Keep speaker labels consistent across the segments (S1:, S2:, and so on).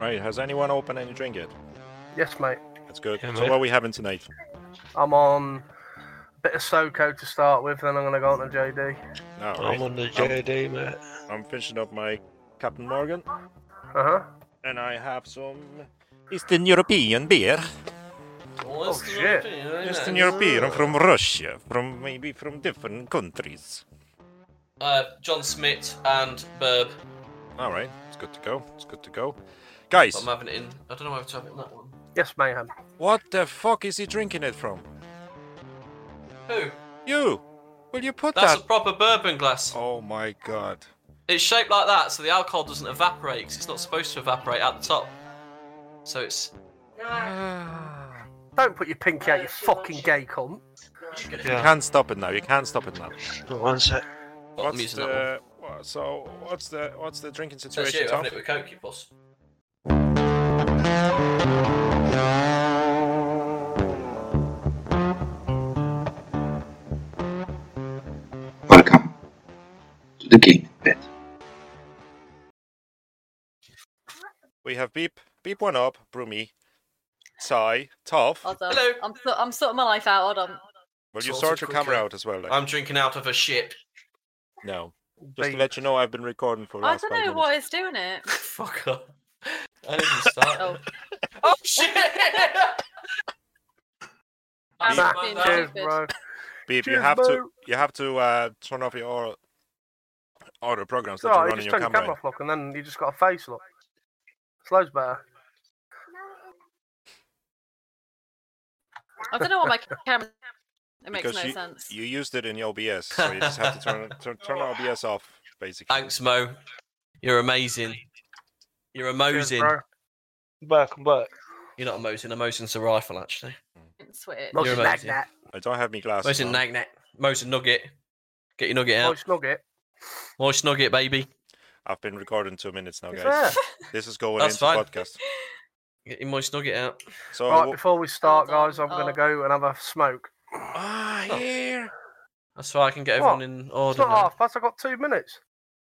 S1: right, has anyone opened any drink yet?
S2: Yes, mate.
S1: That's good.
S3: Yeah,
S1: so
S3: mate.
S1: what are we having tonight?
S2: I'm on a bit of SoCo to start with, then I'm going to go on to JD.
S1: All right.
S3: I'm on the JD, mate.
S1: I'm finishing up my Captain Morgan,
S2: Uh huh.
S1: and I have some Eastern European beer.
S4: Well, that's
S2: Oh,
S4: the
S2: shit.
S4: European, ain't
S1: Eastern
S4: it?
S1: European from Russia, from maybe from different countries.
S4: Uh, John Smith and Burb.
S1: All right, it's good to go. It's good to go, guys.
S4: I'm having it in. I don't know whether to have it in that one.
S2: Yes, mayhem.
S1: What the fuck is he drinking it from?
S4: Who?
S1: You? Will you put
S4: That's a
S1: that?
S4: proper bourbon glass.
S1: Oh my god.
S4: It's shaped like that, so the alcohol doesn't evaporate 'cause it's not supposed to evaporate at the top. So it's. Ah.
S2: Don't put your pinky out, you fucking gay cunt.
S1: You
S3: Yeah.
S1: can't stop it now. You can't stop it now.
S3: One sec.
S4: Well, I'm
S1: What's
S4: using that one.
S1: the wha- so what's the what's the drinking
S4: That's
S1: situation,
S4: you,
S1: Tom?
S4: haven't it, with Coke, you boss?
S5: Welcome to the game pit.
S1: We have beep beep one up, Brumi, Sai, Tov.
S6: Hold on.
S4: Hello.
S6: I'm, so- I'm sorting my life out. Hold on.
S1: Will you
S4: Sorted
S1: sort your camera
S4: quicker.
S1: out as well? Like?
S4: I'm drinking out of a ship.
S1: No. Just to
S2: Beep.
S1: let you know, I've been recording for the
S6: I
S1: last
S6: don't
S1: five
S6: know
S1: minutes.
S6: what is doing it.
S4: Fuck up. I didn't start.
S6: Oh,
S4: Oh, shit!
S6: I'm
S4: Beep.
S6: being
S4: Beep.
S2: Cheers,
S6: stupid.
S2: bro.
S1: Beep, you
S2: Cheers,
S1: have to
S2: bro.
S1: you have to uh, turn off your other programs
S2: It's
S1: that you
S2: alright,
S1: run
S2: you
S1: on
S2: just
S1: your
S2: turn your
S1: camera.
S2: camera off, look, and then you just got a face look. It's loads better.
S6: I don't know what my camera. It makes
S1: Because
S6: no sense.
S1: You used it in your OBS, so you just have to turn turn, turn OBS off, basically.
S4: Thanks, Mo. You're amazing. You're a
S2: Cheers,
S4: mosing.
S2: bro.
S3: Back, I'm back.
S4: You're not a mosing. A mosing's a rifle, actually.
S6: Switch.
S4: Look.
S2: Mosin
S4: amazing.
S2: magnet.
S1: I don't have any glasses.
S4: Mosin
S1: on.
S4: nag nag. Mosin nugget. Get your nugget out.
S2: Moist nugget.
S4: Moist nugget, baby.
S1: I've been recording two minutes now,
S2: It's
S1: guys.
S2: there.
S1: This is going
S4: That's
S1: into
S4: fine.
S1: podcast.
S4: Get your moist nugget out.
S1: So
S2: right, before we start,
S6: Hold on,
S2: guys, I'm going
S6: oh.
S2: to go and have a smoke.
S1: ah here,
S4: That's why I can get everyone
S2: What?
S4: in
S2: It's
S4: order.
S2: not
S4: now.
S2: half past, I've got two minutes.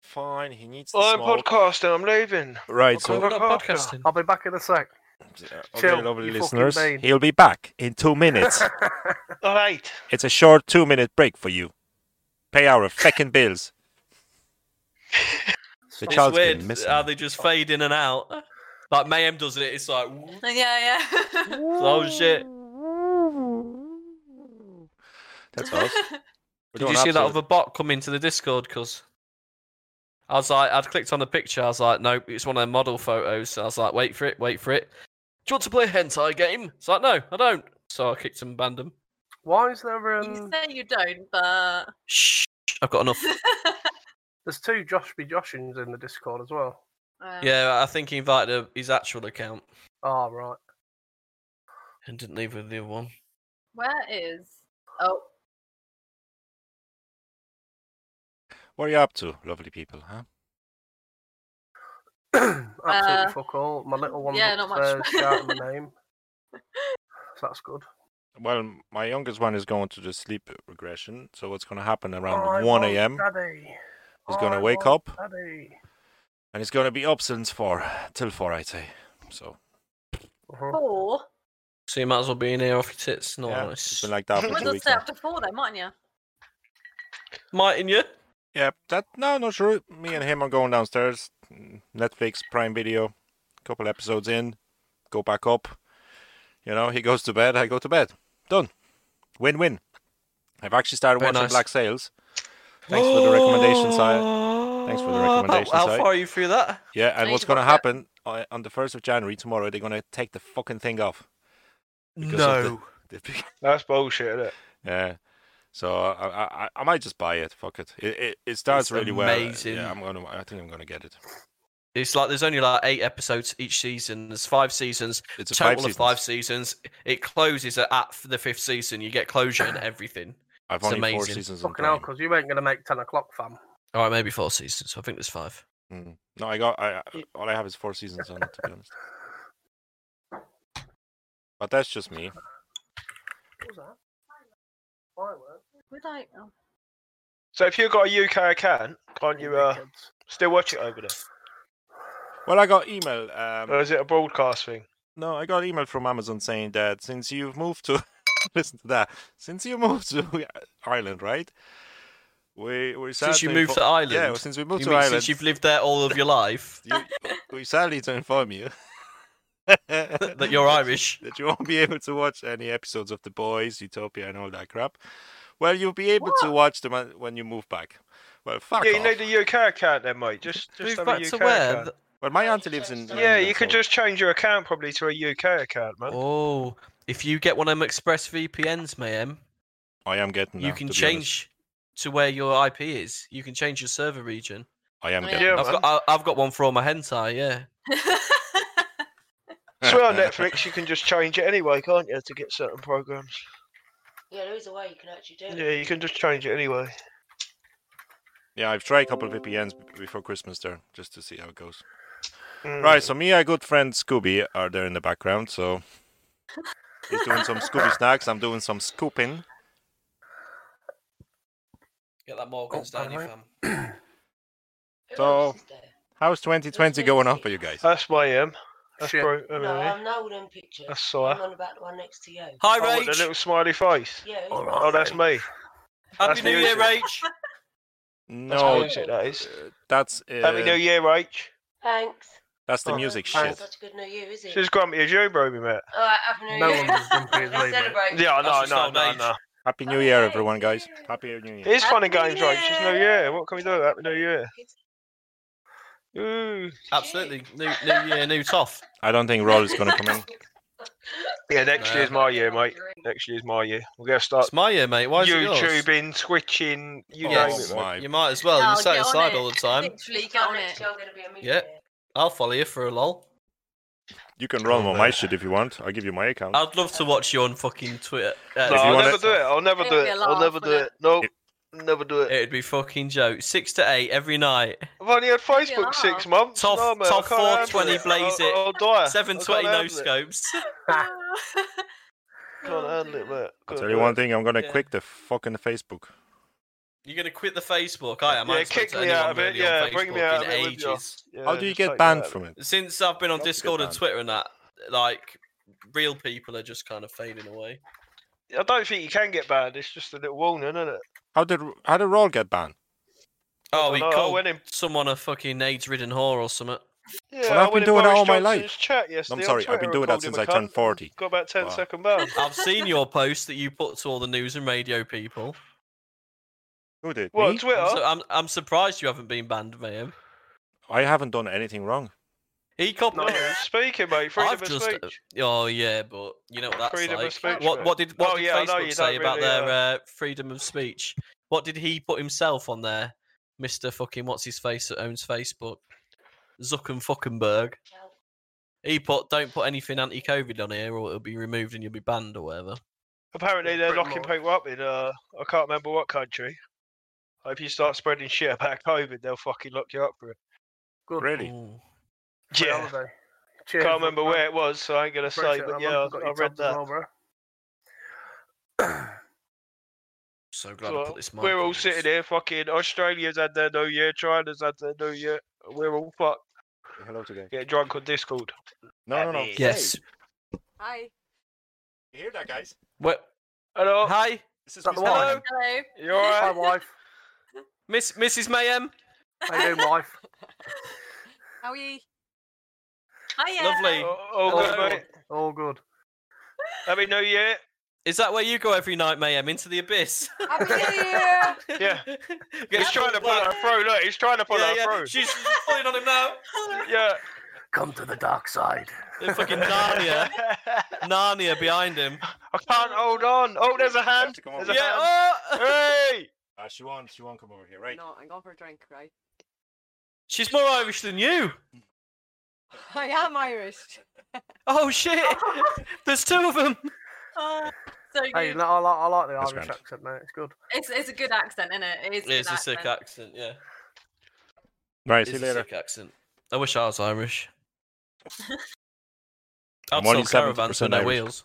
S1: fine. He needs to
S3: I'm
S1: smoke.
S3: podcasting, I'm leaving.
S1: Right,
S4: What's wrong
S1: so
S4: with
S3: so-
S4: that podcasting?
S2: I'll be back in a sec.
S1: okay,
S2: Chill,
S1: uh, lovely
S2: you fucking
S1: listeners,
S2: bean.
S1: he'll be back in two minutes.
S3: Alright.
S1: it's a short two-minute break for you. Pay our fucking bills. The
S4: It's
S1: child's
S4: weird
S1: been missing.
S4: how they just fade in and out. Like Mayhem does it. It's like, "Woo." It's
S6: Yeah, yeah.
S4: like, oh shit.
S1: That's us. We're
S4: Did
S1: doing
S4: you see
S1: absolute-
S4: that other bot come into the Discord? Cause I was like, I'd clicked on the picture. I was like, nope, it's one of their model photos. So I was like, wait for it, wait for it. Do you want to play a hentai game? It's like, no, I don't. So I kicked him, banned him.
S2: Why is there
S6: you
S2: um?
S6: say you don't, but
S4: Shh, I've got enough.
S2: There's two Josh be Joshins in the Discord as well.
S6: uh,
S4: yeah, I think he invited a, his actual account
S2: Oh right.
S4: and didn't leave with the other one.
S6: Where is? Oh,
S1: What are you up to, lovely people? Huh?
S2: Absolutely
S6: Uh,
S2: fuck all. My little one's
S6: yeah, not much.
S2: upstairs shouting my name. So that's good.
S1: Well, my youngest one is going to the sleep regression. So what's going to happen
S2: I
S1: around 1
S2: want
S1: a.m.
S2: Daddy.
S1: He's gonna
S2: I
S1: wake
S2: want
S1: up.
S2: Daddy.
S1: and it's going to be up since four till four, I'd say. So
S2: Uh-huh.
S6: four.
S4: So you might as well be in here off your tits. No,
S1: yeah, it's
S4: nice.
S1: been like that
S6: You
S1: for
S6: might as
S1: two
S6: well
S1: weeks.
S6: stay
S1: now.
S6: up to four then, mightn't you?
S4: Might in you.
S1: Yeah, that no, not sure. Me and him are going downstairs. mm, Netflix, Prime Video, couple episodes in, go back up. You know, he goes to bed, I go to bed. Done. Win win. I've actually started
S4: Very
S1: watching
S4: nice.
S1: Black Sails. Thanks for the
S4: Oh.
S1: recommendation, Si. Thanks for the
S4: How-
S1: recommendation,
S4: Ah, How,
S1: Si.
S4: far are you through that?
S1: Yeah, and
S6: need
S1: what's
S6: to
S1: going to
S6: watch it.
S1: happen uh, on the first of January tomorrow? They're going to take the fucking thing off. because of the-
S4: no.
S1: the big-
S3: That's bullshit, is
S1: Yeah. So I, I I- I might just buy it. Fuck it. It it, it starts
S4: It's
S1: really
S4: amazing.
S1: well. Yeah, I'm gonna. I think I'm gonna get it.
S4: It's like there's only like eight episodes each season. There's five seasons.
S1: It's a
S4: total
S1: five
S4: of five seasons. It closes at, at the fifth season. You get closure and everything.
S1: I've
S4: It's
S1: only four
S4: amazing.
S1: seasons. on
S2: Fucking hell,
S1: Prime.
S2: because you ain't gonna make ten o'clock, fam.
S4: All right, maybe four seasons. I think there's five.
S1: Mm. No, I got. I I- all I have is four seasons on it, to be honest. But that's just me.
S2: What was that? Fireworks.
S6: Would I? Oh.
S3: So if you've got a UK account, can't you uh,
S2: Dickheads.
S3: still watch it over there?
S1: Well, I got email. Um,
S3: Or is it a broadcast thing?
S1: no, I got email from Amazon saying that since you've moved to listen to that, since you moved to Ireland, right? We we
S4: Since you
S1: sadly
S4: moved
S1: info-
S4: to Ireland.
S1: yeah, since we moved
S4: you
S1: to
S4: mean
S1: Ireland,
S4: since you've lived there all of your life
S1: you, we sadly to inform you
S4: that you're Irish.
S1: that you won't be able to watch any episodes of The Boys, Utopia, and all that crap. Well, you'll be able to watch them uh, when- when you move back. Well, fuck
S3: yeah,
S1: off.
S3: you need a UK account then, mate. Just, just
S4: Move
S3: have
S4: back
S3: a UK
S4: to where?
S3: account.
S4: Th-
S1: well, my auntie lives in.
S3: Yeah,
S1: London,
S3: you could
S1: so-
S3: just change your account probably to a UK account, man.
S4: Oh, if you get one of them Express VPNs, ma'am,
S1: I am getting.
S4: you
S1: there,
S4: can
S1: to be
S4: change to where your IP is. You can change your server region.
S1: honest. I am
S6: Oh,
S1: getting.
S3: yeah,
S1: there.
S4: I've got, I, I've got one for all my hentai. Yeah.
S3: So on Netflix, you can just change it anyway, can't you, to get certain programs?
S7: Yeah, there is a way you can actually do it.
S3: Yeah, you can just change it anyway.
S1: Yeah, I've tried a couple of VPNs b- before Christmas there, just to see how it goes.
S3: Mm.
S1: Right, so me and good friend Scooby are there in the background, so he's doing some Scooby snacks. I'm doing some scooping.
S4: Get that Morgan
S2: Oh,
S4: Stanley
S2: alright.
S4: fam.
S7: Who
S1: So-
S7: else is there?
S1: How's 2020 going on for you guys?
S3: That's my M. That's
S2: Shit.
S3: bro. I mean,
S7: No, I'm not with them pictures.
S3: That's Sawyer.
S7: I'm on about the one next to you.
S4: Hi,
S3: oh, with the
S4: Rach.
S3: little smiley face.
S7: Yeah.
S2: All right.
S3: Oh, that's me.
S4: Happy
S3: that's
S4: New Year,
S3: music.
S4: Rach.
S3: That's
S1: No, uh,
S3: music, that is.
S1: that's
S3: Happy New
S1: uh,
S3: Year, H.
S7: Thanks.
S1: that's the
S3: Oh,
S1: music shit.
S7: Thanks. Such a good New Year, is it?
S3: She's grumpy as you, bro, we met.
S7: All right, Happy New
S2: No
S7: Year.
S2: one was grumpy as
S7: Let's
S2: me, mate.
S7: celebrate.
S3: Yeah,
S4: That's
S3: no,
S4: just
S3: no,
S4: old
S3: no,
S4: age.
S3: no.
S1: Happy New Year, everyone, guys. Happy New Year.
S3: It is fun and
S7: Happy
S3: games, Rach. It's New Year. What can we do? Happy New Year. Ooh.
S4: Absolutely. New New Year, new toff.
S1: I don't think Roll is gonna come in.
S3: Yeah, next
S4: Nah.
S3: year's my year, mate. Next year's my year. We're gonna start
S4: It's my year, mate. Why is it yours?
S3: YouTubing, Twitching, you
S1: Oh
S3: name it.
S4: Yes.
S3: mate.
S1: my!
S4: You might as well.
S6: Oh,
S4: you sat
S6: get on
S4: inside
S6: it.
S4: all the time.
S6: Literally get on it.
S4: Yeah. I'll follow you for a lol.
S1: You can roll on my shit if you want. I'll give you my account.
S4: I'd love to watch you on fucking Twitter. Uh,
S3: No,
S1: If you
S3: I'll
S1: wanna-
S3: never do it. I'll never
S6: It'd
S3: do
S6: be
S3: it.
S6: a
S3: I'll
S6: laugh,
S3: never do
S6: wouldn't
S3: it. Nope. Never do it.
S4: It'd be fucking joke. Six to eight every night.
S3: I've only had
S6: It'd be a
S3: Facebook six
S6: laugh.
S3: months.
S4: Top-
S3: no, mate, I
S4: top
S3: can't handle
S4: 420
S3: it.
S4: blaze
S3: I'll,
S4: it.
S3: I'll die.
S4: Seven
S3: I
S4: twenty
S3: can't
S4: no
S3: handle it.
S4: scopes.
S3: Can't handle it, mate.
S1: I'll
S3: Can't
S1: tell
S3: do
S1: you
S3: it.
S1: one thing. I'm gonna
S4: Yeah.
S1: quit the fucking Facebook.
S4: You're gonna quit the Facebook. I am. I
S3: Yeah,
S4: haven't spoken
S3: kick
S4: to
S3: me
S4: anyone
S3: out of it,
S4: really on
S3: yeah, bring me
S4: Facebook
S3: out
S4: in
S3: of it with you.
S4: ages.
S3: Yeah,
S1: How do you
S3: just
S1: get
S3: take
S1: banned
S3: that.
S1: from it?
S4: Since I've been on
S1: Not to get
S4: Discord and
S1: banned.
S4: Twitter and that, like real people are just kind of fading away.
S3: I don't think you can get banned. It's just a little warning, isn't it?
S1: How did how did Roll get banned?
S4: Oh, he
S3: no, I
S4: called
S3: went in-
S4: someone a fucking AIDS-ridden whore or something.
S3: Yeah,
S1: Well,
S3: I
S1: I've been
S3: went in
S1: doing that
S3: Boris
S1: all my
S3: Johnson's
S1: life.
S3: Chat yesterday on
S1: sorry, I've been
S3: Twitter and
S1: doing that
S3: called him
S1: since
S3: a
S1: I turned
S3: cunt.
S1: 40.
S3: Got about 10
S1: Wow.
S3: second ban.
S4: I've seen your post that you put to all the news and radio people.
S1: Who did?
S3: What,
S1: Me?
S3: on Twitter?
S4: So I'm I'm surprised you haven't been banned, ma'am.
S1: I haven't done anything wrong.
S4: He copped.
S3: No,
S4: me.
S3: speaking, mate. Freedom
S4: I've
S3: of
S4: just.
S3: speech.
S4: Oh yeah, but you know what that's
S3: Freedom of
S4: like.
S3: speech,
S4: What
S3: mate.
S4: what did what
S3: Oh,
S4: did
S3: yeah, I know,
S4: Facebook
S3: you
S4: say
S3: don't
S4: about
S3: really,
S4: their
S3: uh,
S4: uh, freedom of speech? What did he put himself on there, Mister Fucking what's his face that owns Facebook, Zucken Fuckenberg? He put don't put anything anti-COVID on here, or it'll be removed and you'll be banned or whatever.
S3: Apparently,
S2: Yeah,
S3: they're
S2: pretty
S3: locking
S2: much.
S3: people up in, uh, I can't remember what country. If you start spreading shit about COVID, they'll fucking lock you up for it.
S2: Good.
S3: Oh,
S1: Really?
S4: Ooh.
S2: Free
S3: Yeah.
S2: holiday. Cheers,
S3: Can't
S2: my
S3: remember
S2: man.
S3: where it was, so I ain't going to
S2: Appreciate
S3: say,
S2: it,
S3: but
S2: man.
S3: yeah,
S2: You've got
S3: I, I
S2: your
S3: read
S2: tabs as
S3: that.
S2: well, bro.
S4: So glad I
S3: So
S4: put this. mic
S3: we're
S4: on
S3: all
S4: this.
S3: sitting here, fucking Australians had their New Year, China's had their New Year. We're all fucked.
S1: Hello today.
S3: Get drunk on Discord.
S1: No, no, no.
S3: Hey.
S4: Yes.
S6: Hi.
S1: Hey, you hear that, guys?
S4: What?
S3: Hello.
S4: Hi,
S1: This is
S2: Not the
S1: Mr.
S2: one.
S1: Ham.
S6: Hello.
S3: You alright?
S2: Hi, wife.
S4: Miss Mrs. Mayhem.
S2: How you doing, wife?
S6: How are you? Hiya.
S4: Lovely.
S3: Oh, oh, good,
S4: Hello.
S3: mate.
S2: All good.
S3: Happy New Year.
S4: Is that where you go every night, Mayhem? Into the abyss?
S6: Happy New Year.
S3: Yeah.
S4: Get
S3: He's trying to
S4: pulled
S3: pull
S4: back.
S3: her through. Look, he's trying to pull
S4: yeah,
S3: her
S4: yeah.
S3: through.
S4: She's she's pulling on him now.
S3: Yeah.
S2: Come to the dark side.
S4: They're fucking Narnia. Narnia behind him.
S3: I can't hold on. Oh, there's a
S1: You have
S3: hand.
S1: to come
S3: There's
S1: over.
S3: a
S4: Yeah.
S3: hand.
S4: Oh!
S3: Hey!
S1: Uh, she won't. She won't come over here, right?
S8: No, I'm going for a drink, right?
S4: She's more Irish than you.
S8: I am Irish.
S4: Oh shit! There's two of them.
S6: Oh, so good.
S2: Hey, no, I like, I like the
S1: That's
S2: Irish
S1: grand.
S2: accent, mate. It's good.
S6: It's it's a good accent, isn't it? It is. a good
S4: It's a sick
S6: accent.
S4: accent. Yeah.
S1: Right. See you
S4: It's a
S1: later.
S4: sick accent. I wish I was Irish.
S1: I'm
S4: I'd
S1: only
S4: sell caravans with
S1: 70%
S4: no
S1: Irish.
S4: wheels.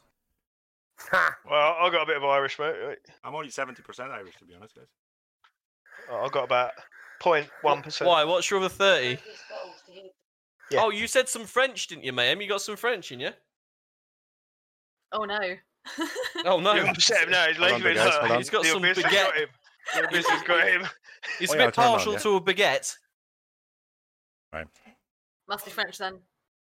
S2: Ha!
S3: Well, I got a bit of Irish, mate. right?
S1: I'm only seventy percent Irish, to be honest, guys.
S3: I got about 0.1%.
S4: Why? What's your other thirty?
S3: Yeah.
S4: Oh, you said some French, didn't you, ma'am? You got some French in you?
S6: Oh no.
S4: Oh no.
S3: You've upset him now. He's
S1: Hold on,
S3: leaving.
S1: guys, hold on.
S4: He's got
S3: the
S4: some
S3: missus
S4: baguette.
S3: Got him. The missus got him.
S4: He's
S1: Oh,
S4: a
S1: yeah,
S4: bit
S1: turn on,
S4: partial
S1: yeah.
S4: to a baguette.
S6: Must be French then.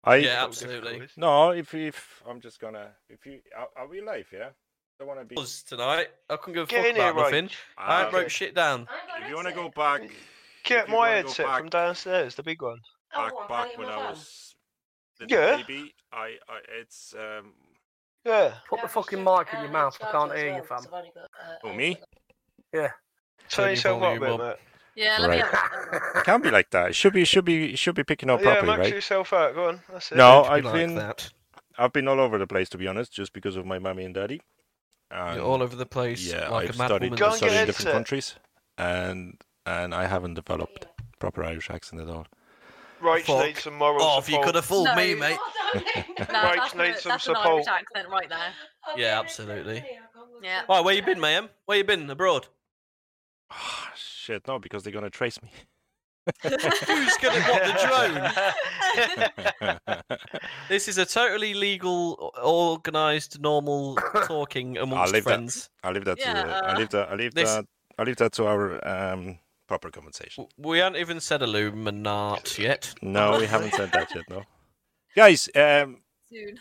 S1: I
S4: Yeah, absolutely.
S3: Difficult,
S1: no. If if I'm just gonna if you are, are we live? Yeah. Don't want to be.
S4: Us tonight. I couldn't give a
S3: Get
S4: fuck
S3: in here,
S4: about nothing.
S3: right?
S4: I
S1: Ah,
S4: ain't wrote shit down.
S1: If you want to go back,
S3: Get
S1: If you
S3: my
S1: wanna go
S3: headset
S1: back-
S3: from downstairs, the big one.
S7: Oh,
S1: back back when I was little
S3: Yeah.
S1: baby, I, I it's um.
S3: Yeah.
S2: Put the fucking mic in your mouth. I can't hear you, fam.
S7: uh,
S1: Oh me?
S4: Turn
S3: Turn
S4: your
S3: yourself up a bit,
S4: volume
S3: mate.
S6: Yeah, let me
S1: Right.
S6: have it.
S1: It can't be like that. It should be it should be it should be picking up
S3: Oh, yeah,
S1: properly,
S3: max
S1: right?
S3: yourself out. Go on. That's it.
S1: No,
S4: Don't you
S1: I've
S4: be like
S1: been
S4: that.
S1: I've been all over the place to be honest, just because of my mummy and daddy. And
S4: You're all over the place.
S1: yeah,
S4: like
S1: I've
S4: a mad
S1: studied,
S4: woman.
S3: Go and
S1: studied
S3: get
S1: in different
S3: headset.
S1: countries, and and I haven't developed proper Irish accent at all.
S3: Right,
S4: Fuck
S3: needs some moral
S4: Oh,
S3: support.
S4: if you could have fooled
S6: No.
S4: me, mate.
S7: Oh,
S6: No,
S3: Right,
S6: that's,
S3: need
S6: a,
S3: some
S6: that's an Irish
S3: support.
S6: accent right there.
S4: Yeah, absolutely.
S6: Yeah.
S4: Right, where you been, ma'am? Where you been? Abroad?
S1: Ah, shit, no, because they're gonna trace me.
S4: Who's gonna what the drone?
S1: I
S4: This is a totally legal, o- organised, normal talking amongst
S1: leave that-
S4: friends.
S1: leave that to the, I
S6: Yeah.
S1: leave that I leave
S4: This-
S1: that I leave that to our um, proper conversation.
S4: W- We haven't even said Illuminati yet.
S1: No, we haven't said that yet. No, guys, um,
S6: Soon.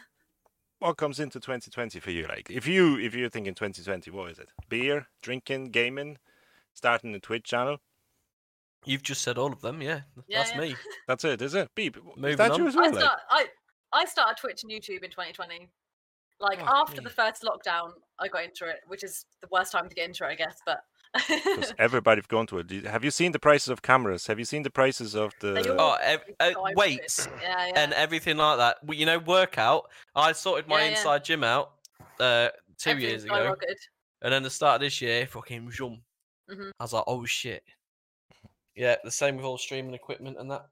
S1: what comes into 2020 for you like if you if you're thinking 2020 what is it beer drinking gaming starting a twitch channel
S4: You've just said all of them, yeah.
S6: Yeah,
S4: That's
S6: yeah.
S4: me.
S1: that's it is it beep is
S4: Moving
S1: that
S4: on.
S1: you as
S6: I
S1: well like?
S6: start, I I started Twitch and YouTube in 2020.
S4: Oh,
S6: Like
S1: Fuck
S6: after
S1: me.
S6: the first lockdown, I got into it, which is the worst time to get into it, I guess. But
S4: uh,
S1: 'Cause everybody've gone to it Do you- have you seen the prices of cameras have you seen the prices of the
S6: all-
S4: Oh, ev- uh,
S6: So I-
S4: weights
S6: Yeah, yeah.
S4: and uh, everything like that. Well, you know, workout. I sorted my
S6: Yeah, yeah.
S4: inside gym out uh, two
S6: Everything
S4: years ago,
S6: skyrocketed.
S4: and then the start of this year, fucking zoom.
S6: Mhm.
S4: I was like, oh shit. Yeah, the same with all streaming equipment and that.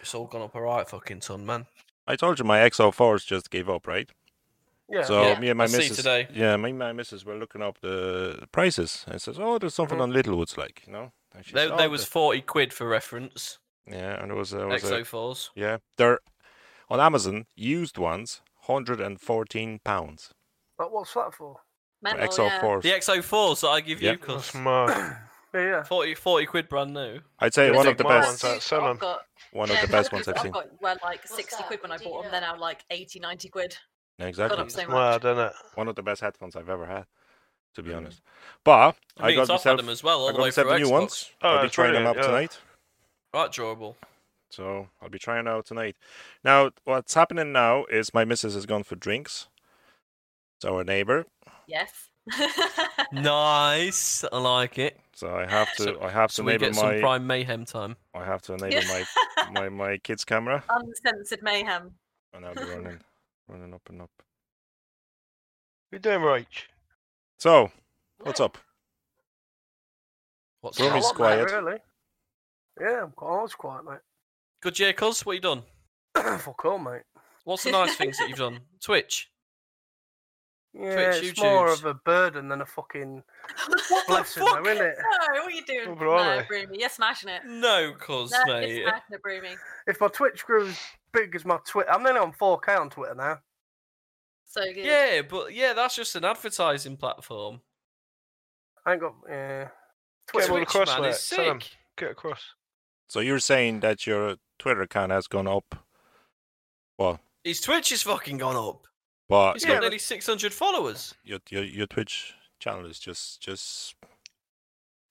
S4: It's all gone up a right fucking ton, man.
S1: i told you my xl4s just gave up right
S2: Yeah.
S1: so
S4: Yeah,
S1: me and my
S4: I see
S1: missus
S4: today.
S1: yeah me and my missus were looking up the the prices and says oh there's something
S2: Mhm.
S1: on littlewoods like you know and she
S4: There,
S1: said, "Oh,
S4: there was
S1: the-"
S4: forty quid for reference.
S1: yeah and it was, uh, was a-
S4: XO4s.
S1: yeah they're on amazon used ones 114 pounds
S2: But what's that for?
S6: Mental, yeah.
S1: XL4.
S4: The XO4s that I give
S1: Yeah.
S4: you, cause
S3: Mm-hmm. Smart.
S2: Yeah, yeah.
S4: 40, 40 quid brand new.
S1: I'd say
S3: Yeah,
S1: one of
S3: take
S1: the
S3: my
S6: Well,
S3: ones
S1: best,
S3: out,
S6: suits
S3: sell
S6: I've
S3: 'em.
S6: got-
S1: one
S6: yeah,
S1: of the best ones I've
S6: suits I've
S1: seen.
S6: got were like
S7: What's
S6: 60
S7: that?
S6: quid when I
S7: Do you
S6: bought them.
S7: know?
S6: They're now like 80, 90 quid. Got
S1: Exactly,
S6: up so much.
S3: Mad, isn't it?
S1: one of the best headphones I've ever had, to be honest. But
S4: Mm. I
S1: I
S4: mean,
S1: got
S4: I've had
S1: myself,
S4: them as well, all
S1: I
S4: the
S1: got
S4: way through
S1: myself the new
S4: Xbox.
S1: ones.
S3: Oh,
S1: I'll be
S3: that's
S1: trying them up
S3: brilliant, yeah.
S1: tonight,
S4: Right, durable.
S1: so I'll be trying out tonight. Now, what's happening now is my missus has gone for drinks. It's our neighbor,
S6: Yes.
S4: nice. I like it.
S1: so I have to,
S4: So-
S1: I have to
S4: So we
S1: enable
S4: get some
S1: my,
S4: prime mayhem time.
S1: I have to enable my, my, my kid's camera,
S6: Uncensored mayhem.
S1: and I'll be running, running up and up.
S3: You're doing right.
S1: So, what's up?
S4: What's
S1: Room
S4: up?
S1: is
S2: Not a lot, mate,
S1: quiet.
S2: really. Yeah, I'm quite, I was quiet,
S4: Good year, cuz. What you done?
S2: mate. Fuck all, mate.
S4: What's the nice things that you've done? Twitch.
S2: Yeah,
S4: Twitch,
S2: it's more
S4: YouTubes.
S2: of a burden than a fucking
S6: What the
S2: blessing, though,
S6: fuck?
S2: isn't it?
S6: No, what are you doing?
S3: Well, blimey.
S6: no, Broomy, you're smashing it.
S4: No, cuz,
S6: No,
S4: mate.
S6: you're smashing it, Broomy.
S2: If my Twitch grew as big as my Twitter, I'm nearly on 4K on Twitter now.
S6: So good.
S4: Yeah, but yeah, that's just an advertising platform.
S2: I ain't got. Yeah.
S3: Get
S2: Twitch.
S3: 'em all
S4: Twitch,
S3: across,
S4: man,
S3: mate.
S4: is
S3: Sell 'em.
S4: sick.
S3: Get across.
S1: So you're saying that your Twitter account has gone up,
S4: His Twitch has fucking gone up.
S1: but
S4: He's
S1: your
S4: got nearly 600 followers.
S1: your your your Twitch channel is just just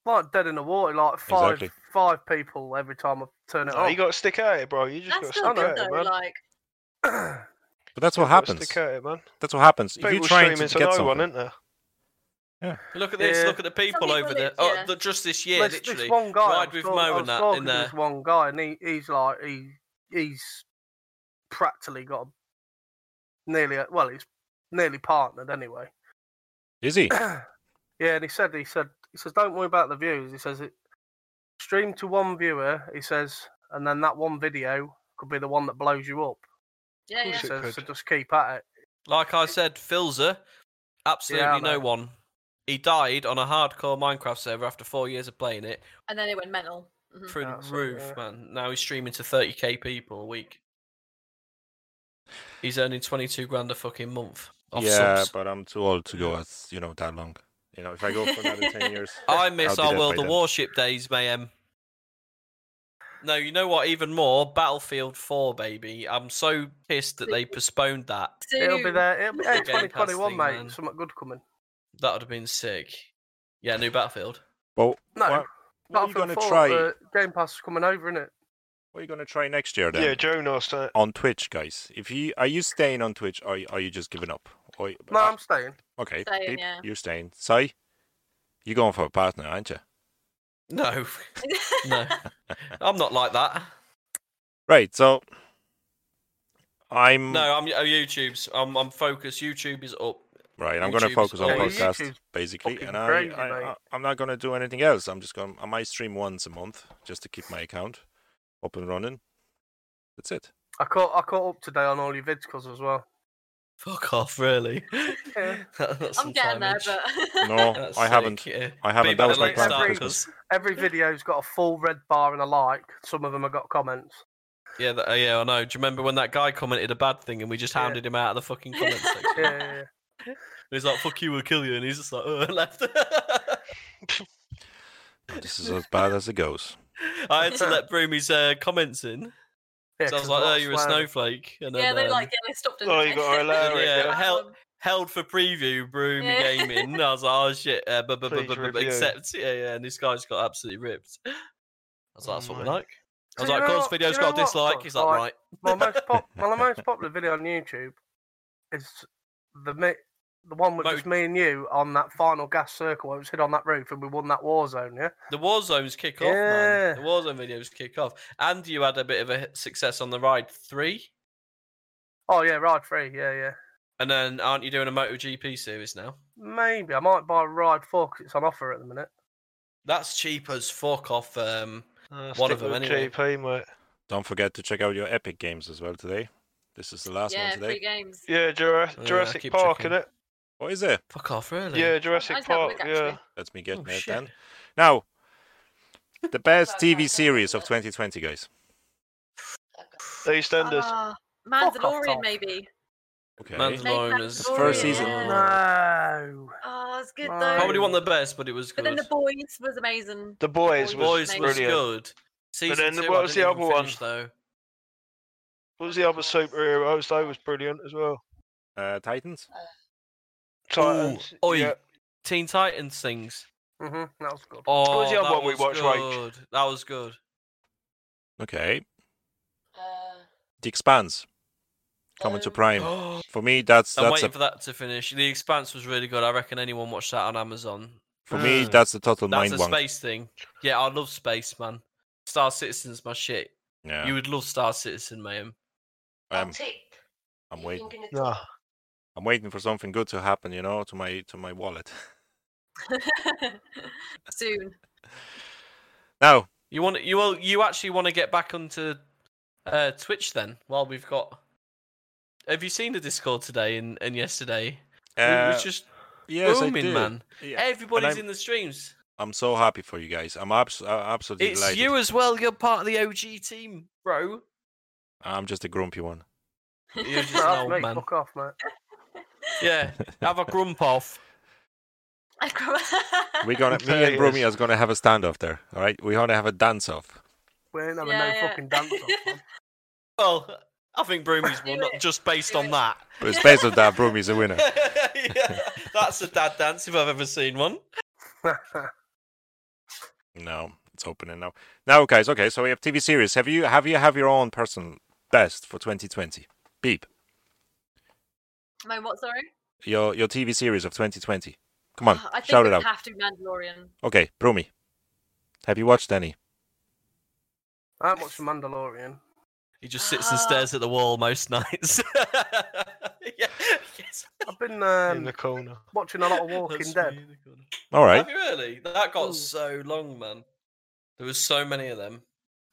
S2: like dead in the water, like five
S1: Exactly.
S2: five people every time I turn it
S3: No,
S2: on.
S3: you got to stick at it, bro. You just got
S6: That's
S3: to
S6: still
S3: stick
S6: good
S3: at
S6: though.
S3: it, man.
S6: Like,
S1: but that's what
S3: You gotta
S1: happens.
S3: Stick at it, man.
S1: That's what happens. If you're
S3: People
S1: trying to
S3: streaming
S1: get
S3: to no
S1: something,
S3: one, isn't there?
S4: Look at this.
S2: Yeah.
S4: Look at the people
S6: people
S4: over
S6: lit-
S4: there. Oh,
S6: yeah.
S4: the, just this year,
S2: There's
S4: literally.
S2: This one guy, I
S4: Ride
S2: was
S4: with
S2: talk-
S4: Mo
S2: I
S4: and
S2: was
S4: that in
S2: talking to
S4: there.
S2: This one guy, and he, he's like he he's practically got a, nearly a- well, he's nearly partnered anyway.
S1: is he?
S2: yeah, and he said he said he says don't worry about the views. He says it stream to one viewer. He says, and then that one video could be the one that blows you up.
S6: yeah,
S2: He
S3: course
S6: yeah.
S3: it
S2: says, so
S3: could.
S2: just keep at it.
S4: Like I said, Filzer, absolutely
S2: Yeah, I
S4: no
S2: know.
S4: one. He died on a hardcore Minecraft server after four years of playing it.
S6: And then it went mental. Mhm.
S4: through the
S2: Absolutely,
S4: roof,
S2: yeah.
S4: man. Now he's streaming to 30k people a week. He's earning 22 grand a fucking month off
S1: yeah,
S4: subs.
S1: but I'm too old to go as you know that long. You know, if I go for another ten years,
S4: I
S1: I'll
S4: miss
S1: be
S4: our
S1: dead
S4: World
S1: by
S4: of
S1: then.
S4: Warship days, Mayhem. No, you know what? Even more, Battlefield 4, baby. I'm so pissed that they postponed that.
S2: It'll be
S6: Soon.
S2: there. It'll be there.
S4: Game Pass
S2: 2021,
S4: thing,
S2: mate.
S4: man.
S2: Something good coming.
S4: That would have been sick. Yeah, new Battlefield.
S1: well,
S2: No,
S1: what, what are you
S2: Battlefield
S1: gonna
S2: 4,
S1: try?
S2: uh, Game Pass is coming over, isn't it?
S1: What are you gonna try next year then?
S3: Yeah, Joe knows that.
S1: on Twitch, guys. If you are you staying on Twitch, or are you just giving up? Or,
S2: No, I'm staying.
S1: okay,
S6: Staying,
S1: Pete,
S6: yeah.
S1: you're staying. Sai, you're going for a partner, aren't you?
S4: No, no. I'm not like that.
S1: Right. So I'm
S4: No, I'm uh, YouTube's. I'm, I'm focused. YouTube is up.
S1: right. I'm going to
S4: YouTube's
S1: focus on
S4: all- Yeah,
S1: podcast
S2: YouTube's
S1: basically,
S2: fucking
S1: and I,
S2: crazy,
S1: I,
S2: mate.
S1: I I'm not going to do anything else. I'm just going. I might stream once a month just to keep my account up and running. That's it.
S2: I caught I caught up today on all your vids, cause as well.
S4: Fuck off, really.
S2: Yeah.
S4: That- that's
S6: I'm
S4: some
S6: getting there,
S4: damage.
S6: but
S1: No,
S4: That's
S1: Oh, I
S4: sick,
S1: haven't.
S4: yeah.
S1: I haven't.
S4: Be
S1: That was
S4: better
S1: my
S4: late
S1: plan for
S4: start,
S1: Christmas.
S4: 'cause-
S2: Every video's got a full red bar and a like. Some of them have got comments.
S4: Yeah, that, uh, yeah, I know. Do you remember when that guy commented a bad thing and we just
S2: Yeah.
S4: hounded him out of the fucking comment section?
S2: Yeah, yeah, yeah.
S4: He's like, "Fuck you, we'll kill you," and he's just like, "Oh, and left."
S1: This is as bad as it goes.
S4: I had to let Broomy's uh, comments in.
S2: Yeah,
S4: so I
S2: 'cause
S4: was like,
S2: there's
S4: "Oh,
S2: a lot
S4: you're
S2: of
S4: a
S2: swearing.
S4: snowflake." And
S6: yeah,
S4: then,
S6: they
S4: um,
S6: like yeah, they stopped. Um,
S3: Oh, you got to allow it.
S4: Yeah,
S3: Yeah.
S4: hell- held for preview, Broomy
S6: Yeah.
S4: Gaming. I was like, "Oh shit!" Uh, bu- bu- bu-
S3: Please
S4: bu- bu-
S3: review.
S4: except, yeah, yeah, and this guy's got absolutely ripped. I was like, "That's what we
S3: Right.
S4: like." I
S2: So
S4: was
S2: you
S4: like,
S2: know
S4: "Course,
S2: what-
S4: video's
S2: you know
S4: got a
S2: what,
S4: dislike."
S2: Cos?
S4: He's like,
S2: Like,
S4: "Right."
S2: my most pop, my most popular video on YouTube is the mi- the one with
S4: Mo-
S2: just me and you on that final gas circle. where It was hit on that roof, and we won that war zone. Yeah,
S4: The Warzones kick off, man. The
S2: Yeah.
S4: Warzone videos kick off. And you had a bit of a hit- success on the ride three.
S2: Oh yeah, ride free. Yeah, yeah.
S4: And then aren't you doing a MotoGP series now?
S2: Maybe I might buy ride four 'cause it's on offer at the minute.
S4: That's cheap as fuck off. Um,
S3: Uh,
S4: One
S3: stick
S4: of 'em
S3: with
S4: anyway.
S3: JP, mate.
S1: Don't forget to check out your Epic games as well today. This is the last
S6: yeah,
S1: one today.
S6: free games.
S3: Yeah, Jura-
S4: Yeah, I
S3: Jurassic
S4: keep
S3: Park,
S4: checking.
S3: innit?
S1: What is it?
S4: fuck off, really?
S3: Yeah,
S6: Mine's
S3: Jurassic
S6: not
S3: Park.
S6: big, actually.
S3: Yeah.
S1: Let me get
S4: Oh,
S1: me it
S4: shit.
S1: then. Now, the best
S7: Well,
S1: TV
S7: that's
S1: series of
S7: it.
S1: 2020, guys.
S3: They stand us.
S6: Ah,
S2: Fuck off,
S6: Mandalorian,
S2: Tom.
S6: maybe.
S1: Okay.
S6: Make
S4: Mandalorian is
S6: Mandalorian,
S1: The first season.
S6: yeah.
S2: No.
S6: Oh, it's good
S2: No.
S6: though.
S4: Probably one of the best, but it was
S6: But
S4: good.
S6: then the boys was amazing.
S3: The boys,
S4: The
S3: was
S4: boys was
S3: brilliant.
S4: good. Season
S3: then the-
S4: two,
S3: what
S4: I
S3: was
S4: didn't
S3: the
S4: even
S3: other one?
S4: finish, Though.
S3: What was the other superheroes? They was brilliant as well.
S1: Uh, Titans.
S3: Titans.
S4: oi.
S3: Yeah.
S4: Teen Titans sings.
S2: Mhm. That was good.
S4: Oh,
S3: was the other
S4: that
S3: one we
S4: was
S3: watched, Rach?
S4: good. That was good.
S1: Okay.
S7: Uh,
S1: The Expanse. Coming to
S7: Um,
S1: Prime. For me, that's
S4: I'm
S1: that's
S4: waiting
S1: a,
S4: for that to finish. The Expanse was really good. I reckon anyone watched that on Amazon.
S1: for me
S4: Mm.
S1: that's the total
S4: That's
S1: mind
S4: a
S1: one.
S4: space thing. Yeah, I love space, man. Star Citizen's my shit.
S1: Yeah.
S4: You would love Star Citizen, man.
S1: I'm,
S7: I'll tip.
S1: Um, I'm
S7: You
S1: waiting.
S7: thinking of
S3: Nah.
S1: I'm waiting for something good to happen. You know, to my to my wallet.
S6: Soon.
S1: Now,
S4: You want you will you actually want to get back onto uh, Twitch then? While we've got, have you seen the Discord today and, and yesterday? It
S1: uh,
S4: was just
S1: yes, I
S4: booming,
S1: did.
S4: man.
S1: Yeah.
S4: Everybody's
S1: I'm-
S4: in the streams.
S1: I'm so happy for you guys. I'm abs- uh, absolutely
S4: It's
S1: delighted.
S4: you as well. You're part of the OG team, bro.
S1: I'm just a grumpy one.
S4: You're just
S2: No,
S4: an
S2: that's
S4: old
S2: me.
S4: man.
S2: Fuck off, mate.
S4: Yeah, have a grump off.
S6: I grew up-
S1: We're gonna me
S3: There
S1: and
S3: he
S1: Brumi
S3: is.
S1: is gonna have a standoff there. All right, we're gonna have a dance off.
S2: We ain't having
S6: Yeah,
S2: no
S6: yeah.
S2: fucking dance off. man.
S4: Well, I think Broomy's won
S6: Do
S4: not
S6: it.
S4: just based
S6: Do
S4: on
S6: it.
S4: that.
S1: But it's based on that. Brumi's a winner.
S4: yeah, that's a dad dance if I've ever seen one.
S1: No, it's opening now. Now, guys. Okay, so we have TV series. Have you have you have your own personal best for 2020? Beep.
S6: My what? Sorry.
S1: Your your TV series of 2020. Come on,
S6: I think
S1: shout
S6: we
S1: it out.
S6: have to Mandalorian.
S1: Okay, Brumi. Have you watched any?
S2: I'm watching Mandalorian.
S4: He just sits and
S6: Ah.
S4: stares at the wall most nights. yeah, yes.
S2: I've been
S3: in
S2: um,
S3: the corner.
S2: watching a lot of Walking
S4: That's
S2: Dead.
S4: me in the corner.
S1: All right.
S4: Have you really? That got
S2: Ooh.
S4: so long, man. There was so many of them.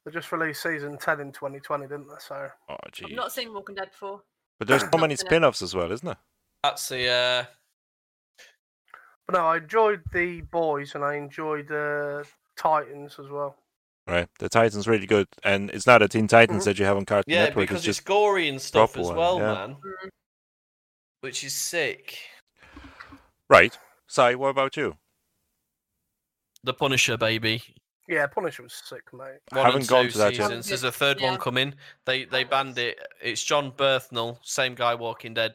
S2: They just released season 10 in 2020, didn't they? So,
S1: Oh, gee.
S6: I've not seen Walking Dead before.
S1: But there's so
S6: not
S1: many
S6: seen it.
S1: spin-offs as well, isn't there?
S4: That's the uh,
S2: but no, I enjoyed the boys and I enjoyed uh, Titans as well.
S1: Right, the Titan's really good, and it's not a Teen Titans
S6: Mm-hmm.
S1: that you have on Cartoon
S4: Yeah,
S1: Network.
S4: because
S1: It's
S4: it's
S1: just
S4: gory and stuff
S1: proper
S4: as
S1: one,
S4: well,
S1: yeah.
S4: man.
S2: Hmm.
S6: Mhm.
S4: Which is sick.
S1: right. Sai, what about you?
S4: The Punisher, baby.
S2: Yeah, Punisher was sick, mate.
S4: One
S1: Haven't
S4: and
S1: gone
S4: two
S1: to that yet.
S4: seasons. There's a third
S6: Yeah.
S4: one coming. They they banned it. It's John Berthnell, same guy, Walking Dead.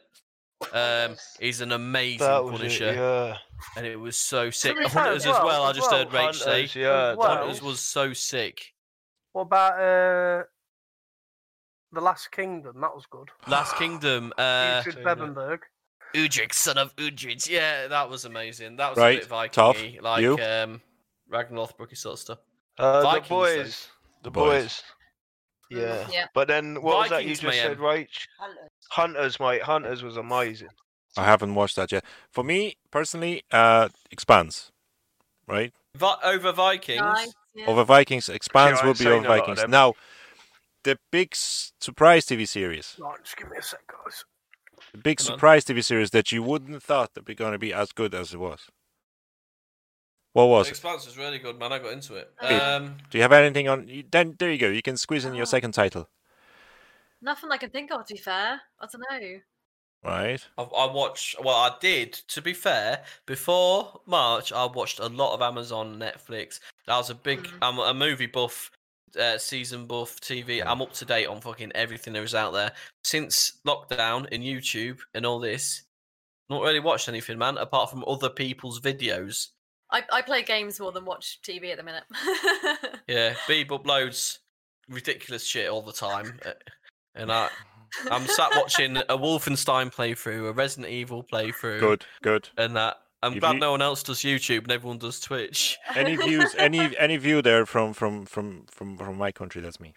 S4: Um, he's an amazing
S3: That was
S4: Punisher,
S3: it, yeah.
S4: and it was so sick.
S2: be
S4: The
S2: fair
S4: Hunters
S2: as
S4: as
S2: well-
S4: well. I
S2: as
S4: just
S2: well,
S4: heard Rach say
S3: Hunters, yeah.
S2: as well.
S4: Hunters was so sick.
S2: What about uh, the Last Kingdom? That was good.
S4: Last Kingdom. Uh,
S2: Uhtred
S3: seen that.
S2: Bebenberg.
S4: Udrich, son of Udrid. Yeah, that was amazing. That was
S1: Right,
S4: a bit Viking-y,
S1: Toph,
S4: like
S1: you?
S4: um, Ragnar Lothbrok sort of stuff.
S3: Uh, the
S4: Vikings, though.
S3: boys. The
S1: Boys.
S3: boys. Yeah.
S6: Yeah.
S3: But then what was that you
S4: Vikings,
S3: just said,
S4: man.
S3: Rach? Hunters, mate. Hunters was amazing.
S1: I haven't watched that yet. For me personally, uh, Expanse, right?
S4: Vi- over Vikings.
S6: Nice, yeah.
S1: Over Vikings, Expanse
S3: Yeah,
S1: will
S3: I've
S1: be
S3: seen
S1: over
S3: a lot of
S1: Vikings.
S3: them.
S1: Now, the big s- surprise TV series,
S2: Right, just give me a sec, guys.
S1: the big
S4: Come on.
S1: surprise TV series that you wouldn't thought that be going to be as good as it was. What was it?
S4: The Expanse was really good, man. I got into it.
S1: Good.
S4: Um,
S1: Do you have anything on? you- Then there you go. You can squeeze in your
S6: Oh.
S1: second title,
S6: Nothing I can think of, to be fair. I don't know.
S1: right?
S4: I, I watched. Well, I did. To be fair, before March, I watched a lot of Amazon, Netflix. I was a big.
S6: Mhm.
S4: I'm a movie buff, uh, season buff, TV. I'm up to date on fucking everything there is out there. Since lockdown and YouTube and all this, not really watched anything, man. Apart from other people's videos.
S6: I, I play games more than watch TV at the minute.
S4: Yeah, Beeb uploads ridiculous shit all the time, uh, and I. I'm sat watching a Wolfenstein playthrough, a Resident Evil playthrough.
S1: Good, good.
S4: and that. I'm
S1: If
S4: glad
S1: you-
S4: no one else does YouTube and everyone does Twitch.
S1: Any views? Any any view there from from from from from my country? That's me.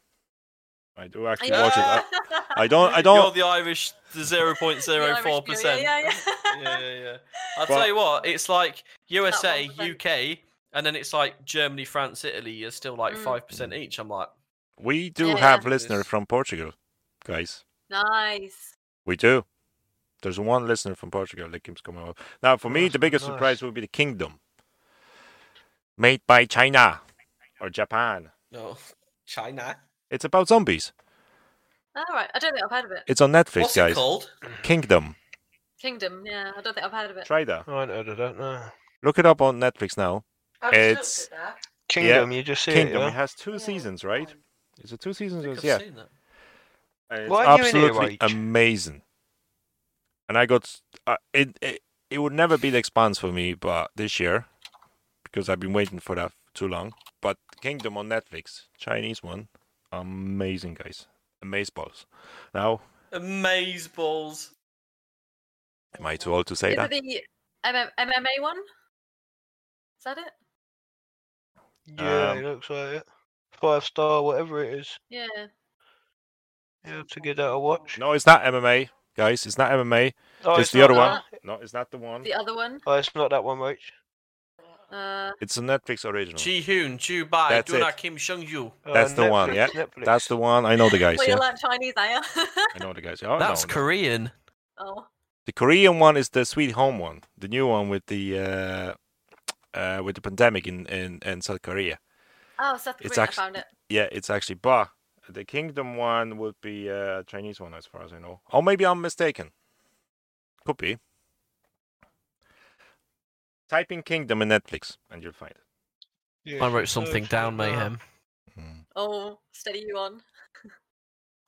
S1: I do actually
S4: Yeah.
S1: watch it. I, I don't. I
S4: You're
S1: don't.
S4: the Irish the 0.04 percent.
S6: Yeah, yeah,
S4: yeah,
S6: yeah.
S4: yeah, yeah. I'll
S1: Well-
S4: tell you what, it's like USA,
S6: 1%.
S4: UK, and then it's like Germany, France, Italy. Are still like
S6: Mm.
S4: five percent each. I'm like,
S1: We do
S6: Yeah.
S1: have listener
S4: Yes.
S1: from Portugal, guys.
S6: nice.
S1: We do. There's one listener from Portugal that keeps coming up. Now, for me,
S3: Nice,
S1: the biggest
S3: nice.
S1: surprise will be the Kingdom, made by China or Japan.
S4: no, China.
S1: It's about zombies.
S6: All right. I don't think I've heard of it.
S1: It's on Netflix,
S4: What's
S1: guys.
S4: it called?
S1: Kingdom.
S6: Kingdom. Yeah, I don't think I've heard of it.
S1: Try that.
S3: I don't know that, no.
S1: Look it up on Netflix now.
S7: I've
S1: It's-
S7: just looked at
S3: Kingdom, you just see
S1: Kingdom.
S3: it.
S1: It
S3: Yeah?
S1: has two seasons, right? Is it two seasons?
S4: I think I've
S1: yeah.
S4: seen that.
S1: And It's
S3: Why are you in here,
S1: absolutely
S3: Rach?
S1: amazing. And I got uh, it, it. It would never be the Expanse for me, but this year, because I've been waiting for that too long. But Kingdom on Netflix, Chinese one, amazing guys, amazing balls. Now,
S4: Amaze balls.
S1: am I too old to say
S6: Is
S1: that?
S6: it the MM- MMA one? Is that it?
S3: Yeah,
S1: Um,
S3: it looks like it. Five star, whatever it is.
S6: Yeah.
S3: Yeah, to give that a watch.
S1: No, it's not MMA, guys. It's not MMA.
S3: Oh,
S1: it's, the
S3: not
S1: other one.
S3: that.
S1: No, it's not the one.
S6: The other one.
S3: Oh, it's not that one, Rach.
S6: Uh,
S1: It's a Netflix original.
S4: Ji Hoon, Ju Bai,
S1: That's it.
S4: Duna Kim Shung Yu.
S3: Uh,
S1: That's the one,
S3: Netflix,
S1: yeah.
S3: Netflix.
S1: That's the one. I know the guys.
S6: well, you
S1: yeah,
S6: learnt Chinese, are you?
S1: I know the guys. Oh,
S4: That's
S1: no, no.
S4: Korean.
S6: oh,
S1: The Korean one is the Sweet Home one, the new one with the uh, uh, with the pandemic in, in, in South Korea.
S6: oh, Seth
S1: It's
S6: Green,
S1: actu-
S6: I found it.
S1: Yeah, it's actually Ba. The Kingdom one would be uh, Chinese one, as far as I know. Or maybe I'm mistaken. Could be. Type in Kingdom in Netflix and you'll find it.
S3: Yeah,
S4: I
S3: it's
S4: wrote
S3: not
S4: something
S3: that.
S4: down, mayhem.
S1: Mm-hmm.
S6: Oh, steady you on.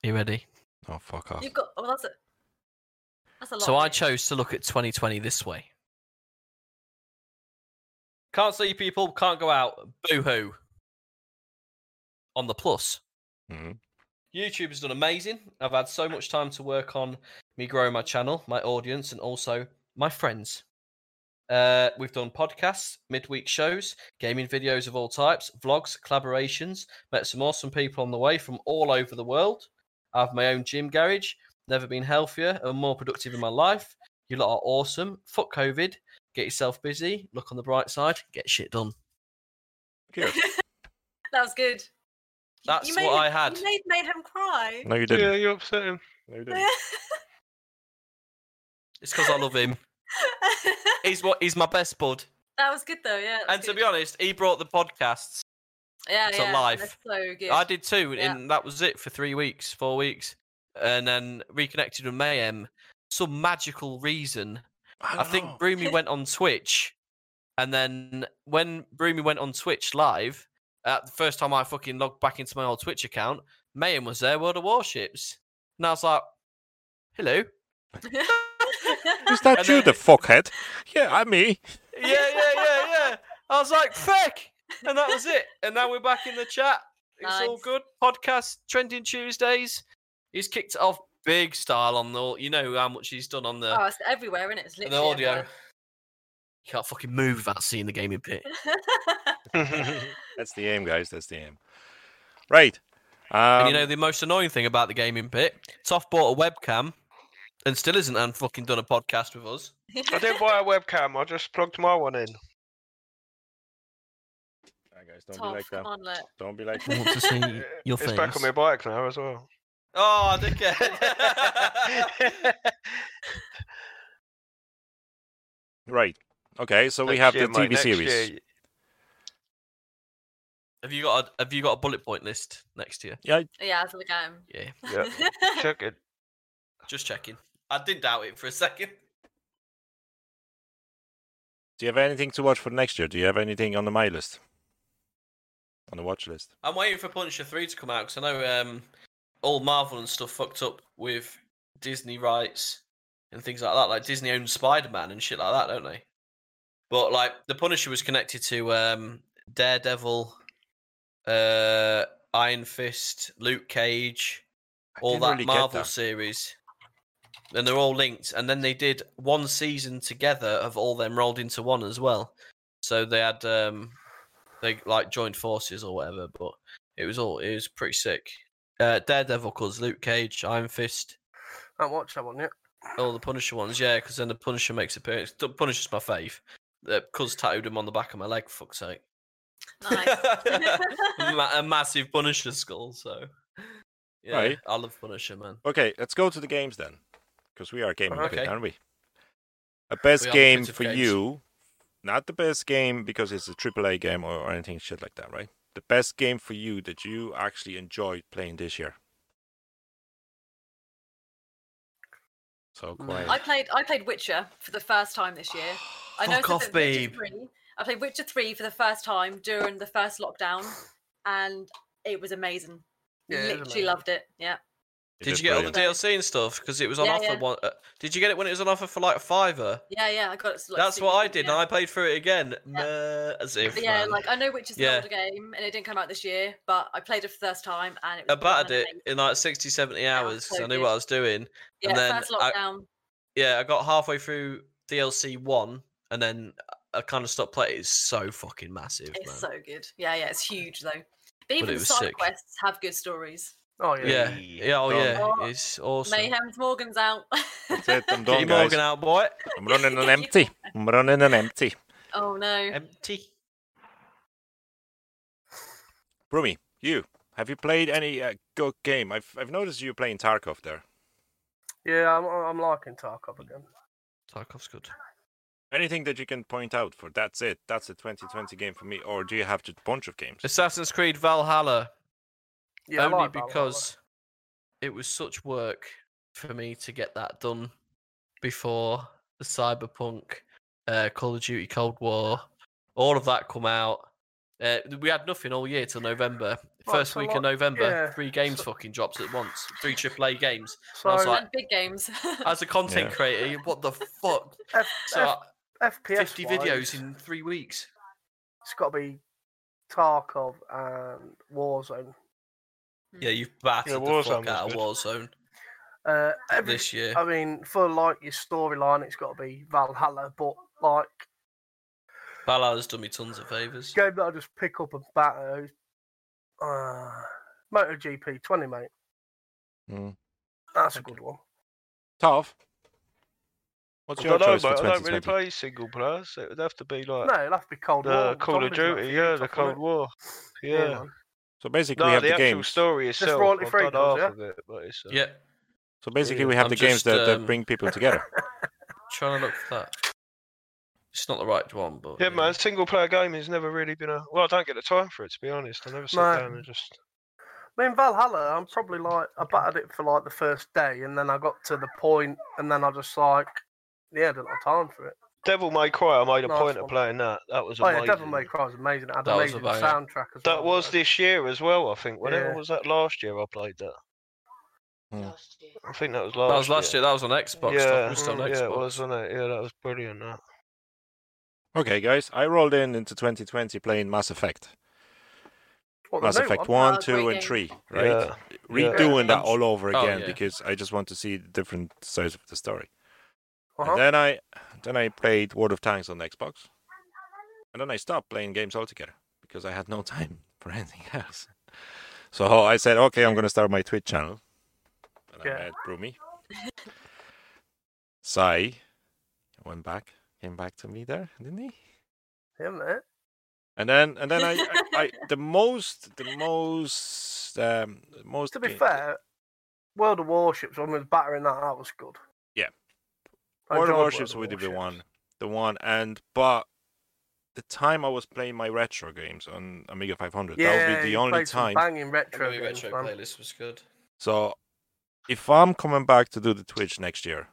S4: You ready?
S1: Oh fuck off!
S6: You've got. Oh, that's it. That's a lot.
S4: So I
S6: mate.
S4: chose to look at 2020 this way. Can't see people, can't go out. Boo hoo. On the plus,
S1: Mhm.
S4: YouTube has done amazing. I've had so much time to work on me growing my channel, my audience, and also my friends. Uh, we've done podcasts, midweek shows, gaming videos of all types, vlogs, collaborations. Met some awesome people on the way from all over the world. I have my own gym garage. Never been healthier and more productive in my life. You lot are awesome. Fuck COVID. Get yourself busy. Look on the bright side. Get shit done.
S1: Here.
S6: That was good. You-
S4: That's
S6: you made
S4: what
S6: him,
S4: I had.
S6: You made, made him cry.
S1: No, you
S3: Yeah,
S1: didn't.
S3: you upset him.
S1: No, you didn't.
S6: Yeah.
S4: It's because I love him. He's what he's my best bud.
S6: that was good though. Yeah. that was
S4: And to
S6: good.
S4: be honest, he brought the podcasts.
S6: Yeah,
S4: It's
S6: yeah.
S4: alive.
S6: That's so good.
S4: I did too,
S6: Yeah.
S4: and that was it for three weeks, four weeks, and then reconnected with Mayhem. Some magical reason, I, think
S6: Oh.
S4: Broomy went on Twitch, and then when Broomy went on Twitch live, uh, the first time I fucking logged back into my old Twitch account, Mayhem was there, World of Warships, and I was like, "Hello,
S1: Is that
S4: And
S1: you,
S4: then-
S1: the fuckhead? Yeah, I'm me.
S4: yeah, yeah, yeah, yeah." I was like, "Fuck," and that was it. And now we're back in the chat. It's all
S6: Nice.
S4: good. Podcast trending Tuesdays. He's kicked it off big style on the. You know how much he's done on the
S6: oh, it's everywhere, isn't it? It's
S4: the
S6: literally
S4: audio. You can't fucking move without seeing the gaming pit.
S6: everywhere.
S1: That's the aim, guys. That's the aim. Right. Um,
S4: and you know the most annoying thing about the gaming pit? Toff bought a webcam and still isn't and fucking done a podcast with us.
S3: I didn't buy a webcam. I just plugged my one in.
S1: Ah, guys, don't
S6: Toph,
S1: be like that.
S6: come on, look.
S1: Don't be like
S6: I want to see
S4: your
S3: it's back on my bike now as well.
S4: Oh, dickhead.
S1: Right. Okay, so we
S3: Next
S1: have
S3: year,
S1: the
S3: mate,
S1: TV
S3: next
S1: series.
S3: year.
S4: have you got a, have you got a bullet point list next year?
S6: Yeah, that's the game.
S4: Yeah,
S3: Check it.
S4: just checking. I didn't doubt it for a second.
S1: Do you have anything to watch for next year? Do you have anything on the my list? On the watch list?
S4: I'm waiting for Punisher three to come out because I know um, all Marvel and stuff fucked up with Disney rights and things like that. Like Disney owns Spider Man and shit like that, don't they? But like the Punisher was connected to um, Daredevil, uh, Iron Fist, Luke Cage,
S1: I
S4: all
S1: didn't
S4: that
S1: really get
S4: Marvel
S1: that.
S4: series. And they're all linked. And then they did one season together of all them rolled into one as well. So they had um they like joined forces or whatever, but it was all it was pretty sick. Uh Daredevil cause Luke Cage, Iron Fist,
S2: I haven't watched that one yet.
S4: all Oh, the Punisher ones, yeah, because then the Punisher makes appearance. The Punisher's my fave. Uh, cuz tattooed him on the back of my leg, fuck's sake.
S6: Nice.
S4: Ma- a massive Punisher skull, so yeah,
S1: Right.
S4: I love Punisher, man.
S1: Okay, let's go to the games then. Because we are gaming a
S4: Okay.
S1: bit, aren't we? A best
S4: We are
S1: game
S4: competitive
S1: for
S4: games.
S1: you. Not the best game because it's a AAA game or, or anything shit like that, right? The best game for you that you actually enjoyed playing this year. So quiet.
S6: I played I played Witcher for the first time this year. I know it
S4: Fuck
S6: says
S4: off,
S6: it's Witcher
S4: babe.
S6: 3. I played Witcher 3 for the first time during the first lockdown and it was amazing.
S2: Yeah, it is
S6: Literally
S2: amazing.
S6: loved it. Yeah.
S1: It
S4: Did
S1: is
S4: you get all the
S1: brilliant.
S4: DLC and stuff? Because it was on
S6: Yeah,
S4: offer.
S6: yeah.
S4: One, uh, did you get it when it was on offer for like a fiver?
S6: Yeah, yeah, I got it. like,
S4: That's what I
S6: soon,
S4: did,
S6: yeah.
S4: and I played through it again. Meh, as if.
S6: But yeah,
S4: man.
S6: like I know Witcher's an
S4: Yeah.
S6: older game and it didn't come out this year, but I played it for the first time and it
S4: I
S6: was
S4: battered it
S6: brilliant.
S4: in like 60, 70 hours
S6: so
S4: because I knew
S6: good.
S4: what I was doing.
S6: Yeah,
S4: and then
S6: first
S4: I-
S6: lockdown.
S4: Yeah, I got halfway through DLC one, and then I kind of stopped playing. It's so fucking massive,
S6: It's
S4: man.
S6: so good. Yeah, yeah, it's huge though. But even
S4: it was
S6: side
S4: sick.
S6: quests have good stories.
S2: Oh
S4: yeah,
S2: yeah.
S4: yeah, oh
S1: Done.
S4: yeah,
S6: Oh,
S4: it's awesome.
S6: Mayhem's Morgan's out.
S1: That's it, I'm
S4: Get
S1: done,
S4: your
S1: guys.
S4: Morgan out, boy.
S1: I'm running an empty. I'm running an empty.
S6: oh no.
S4: Empty.
S1: Brumi, you have you played any uh, good game? I've I've noticed you playing Tarkov there.
S2: Yeah, I'm, I'm liking Tarkov again.
S4: Tarkov's good.
S1: Anything that you can point out for that's it. That's a 2020 game for me. Or do you have just a bunch of games?
S4: Assassin's Creed Valhalla.
S2: Yeah, I
S4: only
S2: like that one, I like
S4: because it was such work for me to get that done before the Cyberpunk, uh, Call of Duty Cold War, all of that come out. Uh, we had nothing all year till November.
S2: Well,
S4: First
S2: it's a
S4: week
S2: lot-
S4: of November,
S2: yeah,
S4: three games
S2: so-
S4: fucking drops at once. Three AAA games.
S2: So
S4: I was like-
S6: and big games.
S4: As a content
S1: Yeah.
S4: creator, what the fuck?
S2: F-
S4: So uh,
S2: F- FPS
S4: fifty videos in three weeks.
S2: It's got to be Tarkov and Warzone.
S4: Yeah, you've battered
S3: Yeah,
S4: the
S3: Warzone
S4: fuck
S3: was
S4: out of
S3: good.
S4: Warzone
S2: Uh, every,
S4: this year.
S2: I mean, for like your storyline, it's got to be Valhalla. But like
S4: Valhalla's done me tons of favors.
S2: game that I just pick up and batter, is, uh, MotoGP 20, mate.
S1: Mm.
S2: That's a good one.
S1: Tough. What's
S3: I
S1: your
S3: don't know,
S1: choice
S3: mate. I
S1: for
S3: don't
S1: 2020?
S3: really play single players. It would have to be like
S2: No, it'll have to be Cold
S3: Uh, the
S2: War.
S3: Call of
S2: zombies and that
S3: Duty,
S2: for you,
S3: yeah, the
S2: tough, wouldn't
S3: Cold War.
S2: it?
S3: Yeah.
S2: man.
S1: So basically,
S3: No,
S1: we have
S3: the,
S1: the,
S3: actual
S1: games.
S3: story itself.
S2: royalty
S3: I've
S2: free
S3: done
S2: guns,
S3: half
S2: yeah?
S3: of it, but it's, uh,
S4: Yeah,
S1: So basically, we have
S4: I'm
S1: the games
S4: just,
S1: that, that
S4: um,
S1: bring people together.
S4: trying to look for that. it's not the right one, but
S3: Yeah,
S4: you know.
S3: man, single player game has never really been a. Well, I don't get the time for it, to be honest. I never sit
S2: No.
S3: down and just.
S2: I mean, Valhalla, I'm probably like, I battered it for like the first day, and then I got to the point, and then I just like, yeah, I didn't have time for it.
S3: Devil May Cry, I made a
S2: Nice
S3: point of
S2: one.
S3: playing that. That was
S2: Oh,
S3: amazing.
S2: yeah, Devil May Cry was amazing. It had
S4: That
S2: an
S4: was
S2: amazing
S4: amazing.
S2: soundtrack as well.
S3: That was
S2: though.
S3: this year as well, I think. When
S2: Yeah.
S3: was that last year I played that?
S7: Last year.
S3: I think that was
S4: that
S3: last.
S4: was last year. That was on Xbox. Yeah,
S3: Yeah,
S4: was on
S3: mm,
S4: Xbox.
S3: yeah, it was, wasn't it? Yeah, that was brilliant. That.
S1: Okay, guys, I rolled in into 2020 playing Mass Effect.
S2: What, the
S1: Mass
S2: new
S1: Effect 1,
S2: one?
S6: Oh,
S1: 2,
S6: great
S1: and
S6: game.
S1: 3, right?
S3: Yeah.
S1: Redoing that
S4: Yeah.
S1: all over
S4: Oh,
S1: again
S4: yeah.
S1: because I just want to see the different sides of the story.
S2: Uh-huh.
S1: And then I then I played World of Tanks on Xbox. And then I stopped playing games altogether because I had no time for anything else. So I said, okay, I'm going to start my Twitch channel. And
S2: Yeah.
S1: I met Brumi. Sai went back, came back to me there, didn't he?
S2: Yeah, mate.
S1: And then, and then I, I, I the most, the most, um, most.
S2: To be
S1: ga-
S2: fair, World of Warships, when we was battering that, that was good.
S1: Yeah.
S2: I
S1: World of
S2: enjoyed
S1: Warships would be the one, the one, and but the time I was playing my retro games on Amiga 500,
S2: Yeah,
S1: that would be the
S2: you
S1: only
S2: played
S1: time.
S2: some Banging
S4: The
S2: retro,
S4: movie
S2: games,
S4: retro
S2: man.
S4: playlist was good.
S1: So, if I'm coming back to do the Twitch next year,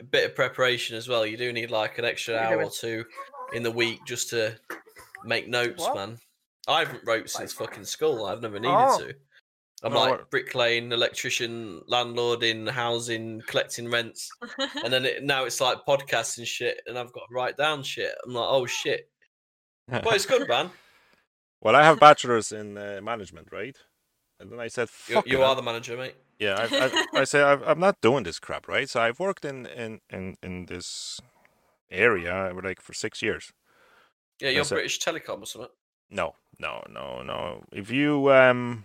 S4: a bit of preparation as well. You do need like an extra
S2: What are you
S4: hour
S2: doing?
S4: or two in the week just to make notes,
S2: What?
S4: man. I haven't wrote since fucking school. I've never needed
S2: Oh.
S4: to. I'm
S1: No,
S4: like
S1: I-
S4: bricklaying, electrician, landlord in housing, collecting rents,
S6: weird.
S4: and then it, now it's like podcasts and shit, and I've got to write down shit. I'm like, oh shit. But it's good, man.
S1: well, I have bachelor's in uh, management, right? And then I said,
S4: You,
S1: Fuck it,
S4: you are
S1: I'm-
S4: the manager, mate.
S1: Yeah, I've, I've, I say I've, I'm not doing this crap, right? So I've worked in in in, in this area like for six years.
S4: Yeah, you're
S1: That's it.
S4: British Telecom or something.
S1: No, no, no, no. If you um,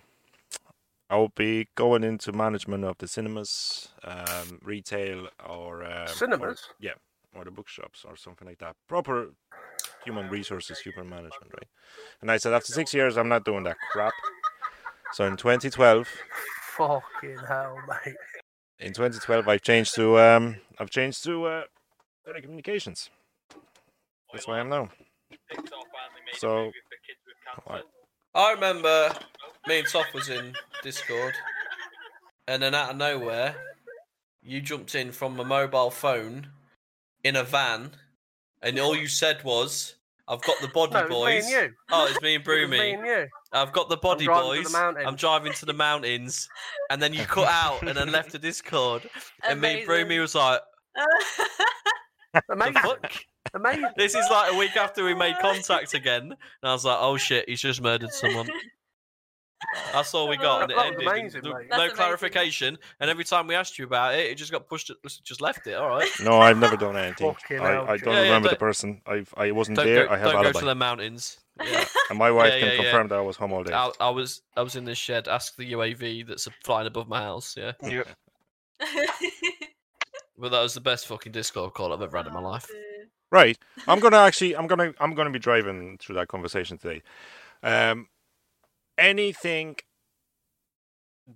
S1: I'll be going into management of the cinemas, um, retail, or um, or-
S2: Cinemas?
S1: yeah, or the bookshops or something like that. Proper human resources, human management, right? And I said after six years, I'm not doing that crap. So in 2012,
S2: Fucking hell, mate.
S1: in 2012, I've changed to um, I've changed to uh, telecommunications. That's why I'm now. So, I-
S4: I remember me and Toph was in Discord, and then out of nowhere, you jumped in from a mobile phone in a van, and all you said was, "I've got the body
S2: No, it was me
S4: boys."
S2: and you.
S4: Oh, it's me and
S2: It was me
S4: Broomy.
S2: and you.
S4: I've got the body
S2: driving to the
S4: boys. I'm
S2: mountains."
S4: driving to the mountains, and then you cut out and then left the Discord, and me and Broomy
S6: Amazing.
S4: was like, "The
S2: Amazing.
S4: fuck."
S2: Amazing.
S4: This is like a week after we made contact again, and I was like, "Oh shit, he's just murdered someone." That's all we got, and it
S2: That was
S4: ended. in
S2: amazing,
S4: no-
S2: mate.
S6: That's
S4: no
S6: amazing.
S4: clarification, and every time we asked you about it, it just got pushed. Just left it. All right.
S1: no, I've never done anything.
S2: Fucking hell,
S1: I, I
S2: Jim.
S1: don't
S4: Yeah, yeah,
S1: remember the
S4: don't-
S1: person. I I wasn't
S4: Don't,
S1: there.
S4: go,
S1: Mm, I have
S4: don't go to
S1: alibi,
S4: the mountains. Yeah.
S1: and my wife
S4: Yeah,
S1: can
S4: yeah, yeah.
S1: confirm that I was home all day.
S4: I, I was I was in this shed. Ask the UAV that's flying above my house. Yeah,
S3: Yep.
S4: but that was the best fucking Discord call I've ever had in my
S6: Oh,
S4: life.
S1: Right. I'm gonna actually. I'm gonna. I'm gonna be driving through that conversation today. Um, anything?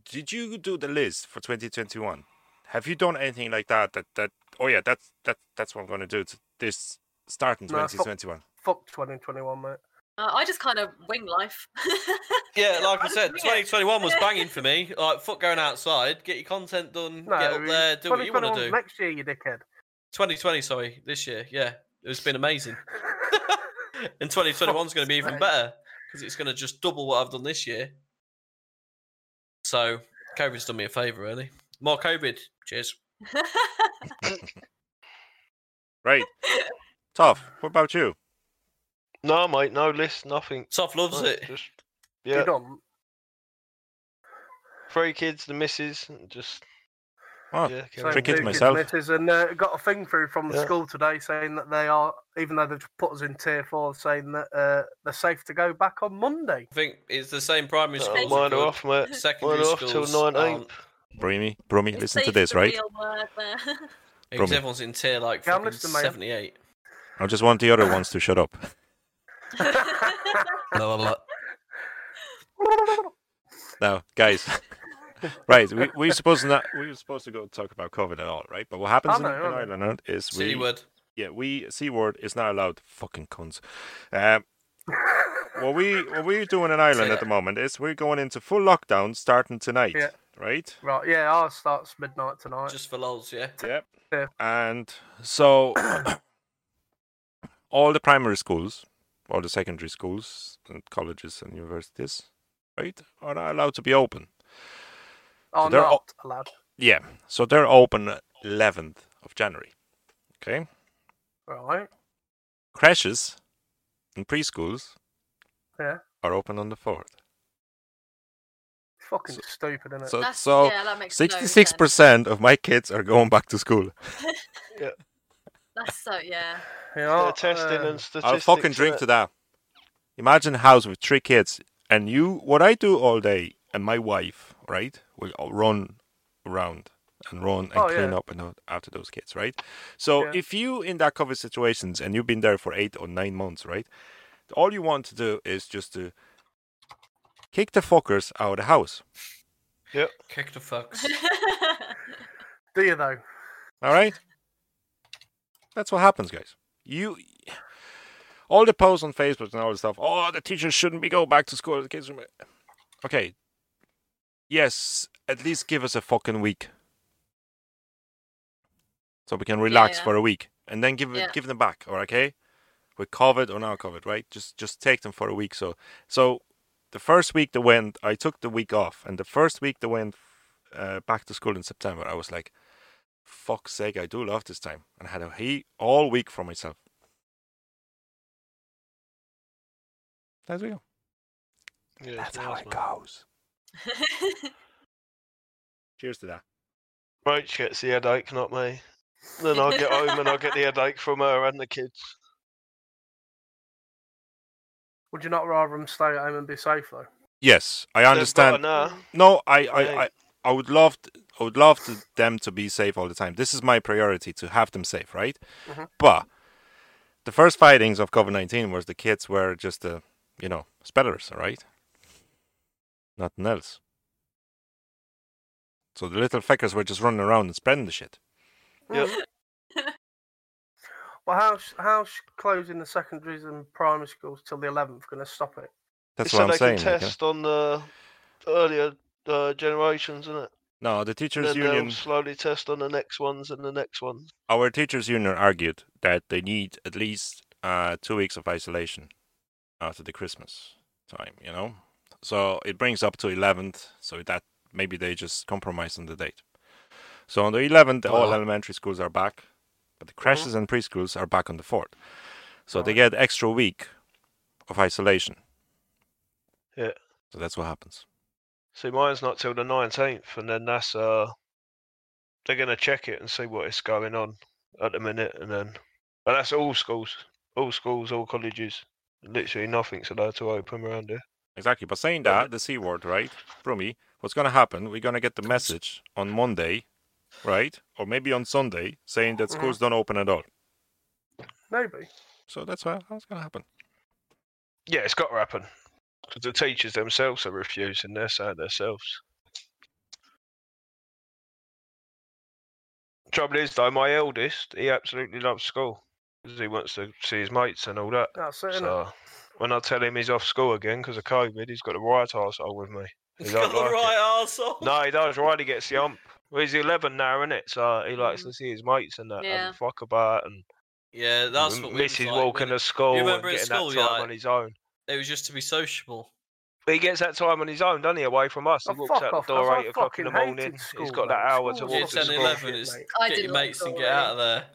S1: Did you do the list for 2021? Have you done anything like that? That that. Oh yeah, that's that that's what I'm gonna do. To this starting
S2: No, fuck-
S1: 2021.
S2: Fuck 2021, mate.
S6: Uh, I just kind of wing life.
S4: Yeah, like I
S6: just
S4: said,
S6: wing it.
S4: 2021 was banging for me. Like, fuck going outside, get your content done,
S2: No,
S4: get up there, do what you want to
S2: 2021's
S4: do.
S2: Next year, you dickhead.
S4: 2020, sorry, this year, yeah, it's been amazing. and 2021 is going to be even
S2: Fuck's sake.
S4: better because it's going to just double what I've done this year. So, COVID's done me a favour, really. More COVID. Cheers.
S1: Right. Tough. What about you?
S3: No, mate, no list, nothing.
S4: Soft loves
S3: No,
S4: it.
S3: Just,
S2: You
S3: yeah,
S2: don't.
S3: three kids, the missus, and just
S1: Oh,
S3: yeah.
S2: So
S1: Three kids
S2: two
S1: myself.
S2: misses And uh, got a thing through from the
S3: Yeah.
S2: school today saying that they are, even though they've put us in tier four, saying that uh, they're safe to go back on Monday.
S4: I think it's the same primary
S3: Uh,
S4: school.
S3: mine are off, mate.
S4: Secondary
S3: Mine are off till
S4: schools aren't.
S3: nineteenth.
S1: Brummy, Brummy,
S6: It's
S1: listen to
S6: safe
S1: this,
S6: to
S1: right?
S6: real word there.
S4: Because
S1: Brummy.
S4: everyone's in tier like
S2: Yeah, I'm
S4: fucking
S2: listening, mate.
S4: 78.
S1: I just want the other ones to shut up.
S4: Blah, blah, blah.
S1: Now, guys. right, we we were supposed to not, we were supposed to go talk about COVID at all, right? But what happens
S2: I
S1: in,
S2: know, I
S1: in
S2: know.
S1: Ireland uh, is we
S4: C word.
S1: yeah we c word is not allowed. Fucking cunts. Um, what we what we're doing in Ireland at
S4: that.
S1: the moment is we're going into full lockdown starting tonight,
S2: Yeah.
S1: right?
S2: Right, yeah, ours starts midnight tonight.
S4: Just for lols, yeah.
S1: Yep.
S2: Yeah.
S1: And so all the primary schools, all the secondary schools, and colleges and universities, right, are not allowed to be open.
S2: oh,
S1: they're
S2: not
S1: all-
S2: allowed.
S1: Yeah. So they're open 11th of January. Okay.
S2: Right,
S1: Crashes and preschools
S2: yeah.
S1: are open on the 4th.
S2: It's fucking
S1: So-
S2: stupid, isn't it?
S1: So,
S6: That's-
S1: so
S6: yeah, that makes no sense.
S1: 66% of my kids are going back to school.
S6: That's so yeah.
S2: You
S3: They're
S2: know,
S3: testing
S2: um,
S3: and statistics.
S1: I'll fucking drink to that. Imagine a house with three kids, and you, what I do all day, and my wife, right, will all run around and run and
S2: Oh,
S1: clean
S2: yeah.
S1: up and out after those kids, right? So
S2: Yeah.
S1: if you in that COVID situations and you've been there for eight or nine months, right, all you want to do is just to kick the fuckers out of the house.
S4: Kick the fucks.
S2: Do you though?
S1: All right. That's what happens, guys. You all the posts on Facebook and all the stuff. Oh, the teachers shouldn't be go back to school. The kids. should be-" Okay. Yes, at least give us a fucking week, so we can relax
S6: yeah.
S1: for a week, and then give it,
S6: Yeah.
S1: give them back. Or okay, with COVID or not COVID, right? Just just take them for a week. So so the first week that went, I took the week off, and the first week that went uh, back to school in September, I was like, "Fuck's sake, I do love this time," and I had a he all week for myself. That's we go.
S3: Yeah,
S1: That's
S3: nice,
S1: how it
S3: mate.
S1: goes. Cheers to that.
S3: Roach gets the headache, not me. Then I'll get home and I'll get the headache from her and the kids.
S2: Would you not rather them stay at home and be safe though?
S1: Yes, I
S3: They've
S1: understand.
S3: got enough.
S1: No, I, I,
S3: Yeah.
S1: I, I would love, t I would love to, them to be safe all the time. This is my priority to have them safe, right?
S3: Mm-hmm.
S2: Mhm.
S1: But the first fightings of COVID nineteen was the kids were just the, you know, spellers, all right? Nothing else. So the little fuckers were just running around and spreading the shit.
S3: Yep.
S2: Well, how's how's closing the secondaries and primary schools till the eleventh going to stop it?
S1: That's
S3: so
S1: what
S3: they
S1: I'm saying. like, uh, you
S3: can
S1: know.
S3: test on the earlier uh, generations, isn't it?
S1: No, the teachers
S3: then
S1: union.
S3: they'll slowly test on the next ones and the next ones.
S1: Our teachers union argued that they need at least uh, two weeks of isolation after the Christmas time, you know? So it brings up to 11th, so that maybe they just compromise on the date. So on the 11th, all
S4: Well-
S1: elementary schools are back, but
S3: Mm-hmm.
S1: the crashes and preschools are back on the 4th. So they
S2: Right.
S1: get extra week of isolation.
S3: Yeah.
S1: So that's what happens.
S3: See, mine's not till the nineteenth, and then that's uh, they're gonna check it and see what is going on at the minute, and then and that's all schools, all schools, all colleges. Literally nothing's allowed to open around here.
S1: Exactly. But saying that, the C word, right? Brummy, what's going to happen? We're going to get the message on Monday, right? Or maybe on Sunday saying that schools don't open at all.
S2: Maybe.
S1: So that's how how's going to happen.
S3: Yeah, it's got to happen 'Cause the teachers themselves are refusing. They're saying themselves. Trouble is, though, my eldest, he absolutely loves school because he wants to see his mates and all that.
S2: That's it. innit?
S3: So When I tell him he's off school again because of COVID, he's got the right arsehole with me. He
S4: He's
S3: don't
S4: got the
S3: like it.
S4: right arsehole.
S3: No, he does. Riley gets the ump. Well, he's 11 now, isn't it? So he
S4: Mm.
S3: likes to see his mates and that
S6: Yeah.
S3: and fuck about and
S4: Yeah, that's what we was
S3: misses
S4: like,
S3: Mm, walking
S4: wasn't it?
S3: to school and
S4: remember at
S3: getting
S4: school,
S3: that
S4: you're
S3: time
S4: like-
S3: on his own.
S4: It was just to be sociable.
S3: But he gets that time on his own, doesn't he? Away from us. He
S2: Oh,
S3: walks
S2: fuck
S3: out
S2: off,
S3: the door
S2: guys, I
S3: 8 o'clock in the
S2: fucking hated
S3: morning.
S2: school,
S3: he's got
S2: mate.
S3: that hour to
S2: School
S3: walk
S4: Yeah,
S3: to
S2: was fucking
S4: 10,
S3: school.
S4: 11
S2: shit,
S4: is
S2: mate.
S6: I
S4: get
S6: did
S4: your
S6: like
S4: mates and
S6: school,
S4: get out of there.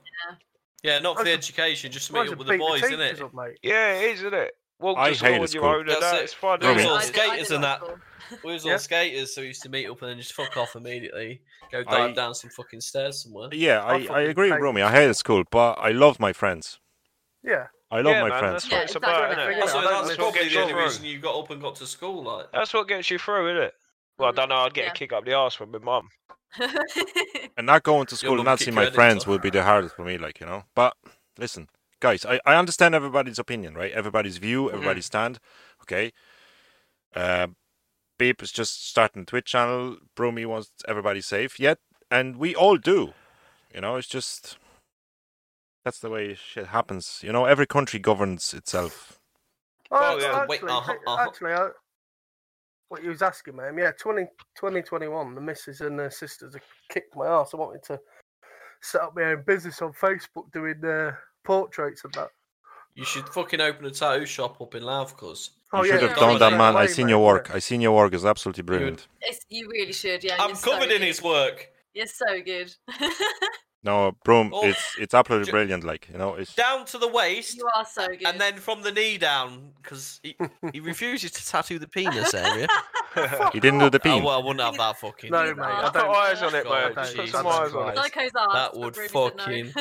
S4: Yeah, not for the
S2: Might as-
S4: education, just to
S2: Might as
S4: meet
S2: well
S4: up with the
S2: beat
S4: boys,
S2: teachers
S4: innit?
S2: up, mate.
S3: Yeah, it is, isn't it? Walk
S1: I
S3: to school
S1: hated
S3: on your
S1: school.
S3: own and
S4: That's
S3: that.
S4: it.
S3: It's fun.
S1: Ruined
S3: isn't
S4: all
S6: I
S3: it?
S6: did- I did
S4: skaters and
S6: like
S4: that.
S6: school.
S4: We was
S2: Yeah.
S4: all skaters, so we used to meet up and then just fuck off immediately. Go
S1: I-
S4: dive down some fucking stairs somewhere.
S1: Yeah, I, I
S2: fucking
S1: agree with
S2: hate-
S1: Romy. I hated school, but I loved my friends.
S2: Yeah.
S1: I love
S3: Yeah,
S1: my
S3: man,
S1: friends.
S3: That's what
S6: Yeah,
S3: it's
S6: exactly.
S3: about,
S6: That's
S3: innit?
S2: Yeah,
S4: so
S2: I don't
S4: that's
S2: miss
S4: probably
S2: school,
S4: the only
S2: bro.
S4: reason you got up and got to school, like.
S3: That's what gets you through, isn't it? Well, I
S6: Mhm.
S3: don't know. I'd get
S6: Yeah.
S3: a kick up the arse from my mum.
S1: And not going to school
S4: mum
S1: and not
S4: kick
S1: seeing
S4: your
S1: my
S4: head in,
S1: friends
S4: so.
S1: would be the hardest for me, like, you know. But listen, guys, I, I understand everybody's opinion, right? Everybody's
S4: Mm-hmm.
S1: view, everybody's stand. Okay. Uh, Beep is just starting a Twitch channel. Broomy wants everybody safe. Yet, and we all do. You know, it's just that's the way shit happens. You know, every country governs itself.
S2: Oh,
S3: Oh, yeah.
S2: actually,
S4: Wait, uh-huh,
S2: actually,
S4: uh-huh.
S2: actually, I, what you was asking, man? Yeah, 20, 2021, the missus and her sisters have kicked my ass. I wanted to set up my own business on Facebook doing uh, portraits and that.
S4: You should fucking open a tattoo shop up in Louth, cause
S1: You should have done
S4: Oh, yeah, yeah.
S1: that, man. I
S2: Way,
S1: seen
S2: mate,
S1: your
S2: Oh, yeah.
S1: work. I seen your work. It's absolutely brilliant.
S6: It's, you really should, yeah.
S4: I'm
S6: you're so
S4: covered in
S6: good.
S4: his work.
S6: You're so good.
S1: No, Broom,
S4: Oh.
S1: it's it's absolutely
S4: Ju-
S1: brilliant. Like, you know, it's
S4: Down to the waist,
S6: you are so good.
S4: and then from the knee down, because he, he refuses to tattoo the penis area.
S3: Put
S1: he didn't do the
S4: Oh,
S1: peen.
S4: well, I wouldn't have that fucking.
S2: No,
S4: you know.
S2: mate, I
S6: Oh,
S2: don't-
S3: eyes on it,
S4: God,
S3: mate. Just put
S4: Jesus
S3: some eyes on it.
S4: Christ.
S6: Psycho's asked,
S4: That
S6: but
S4: would
S6: Ruby said no.
S4: fucking-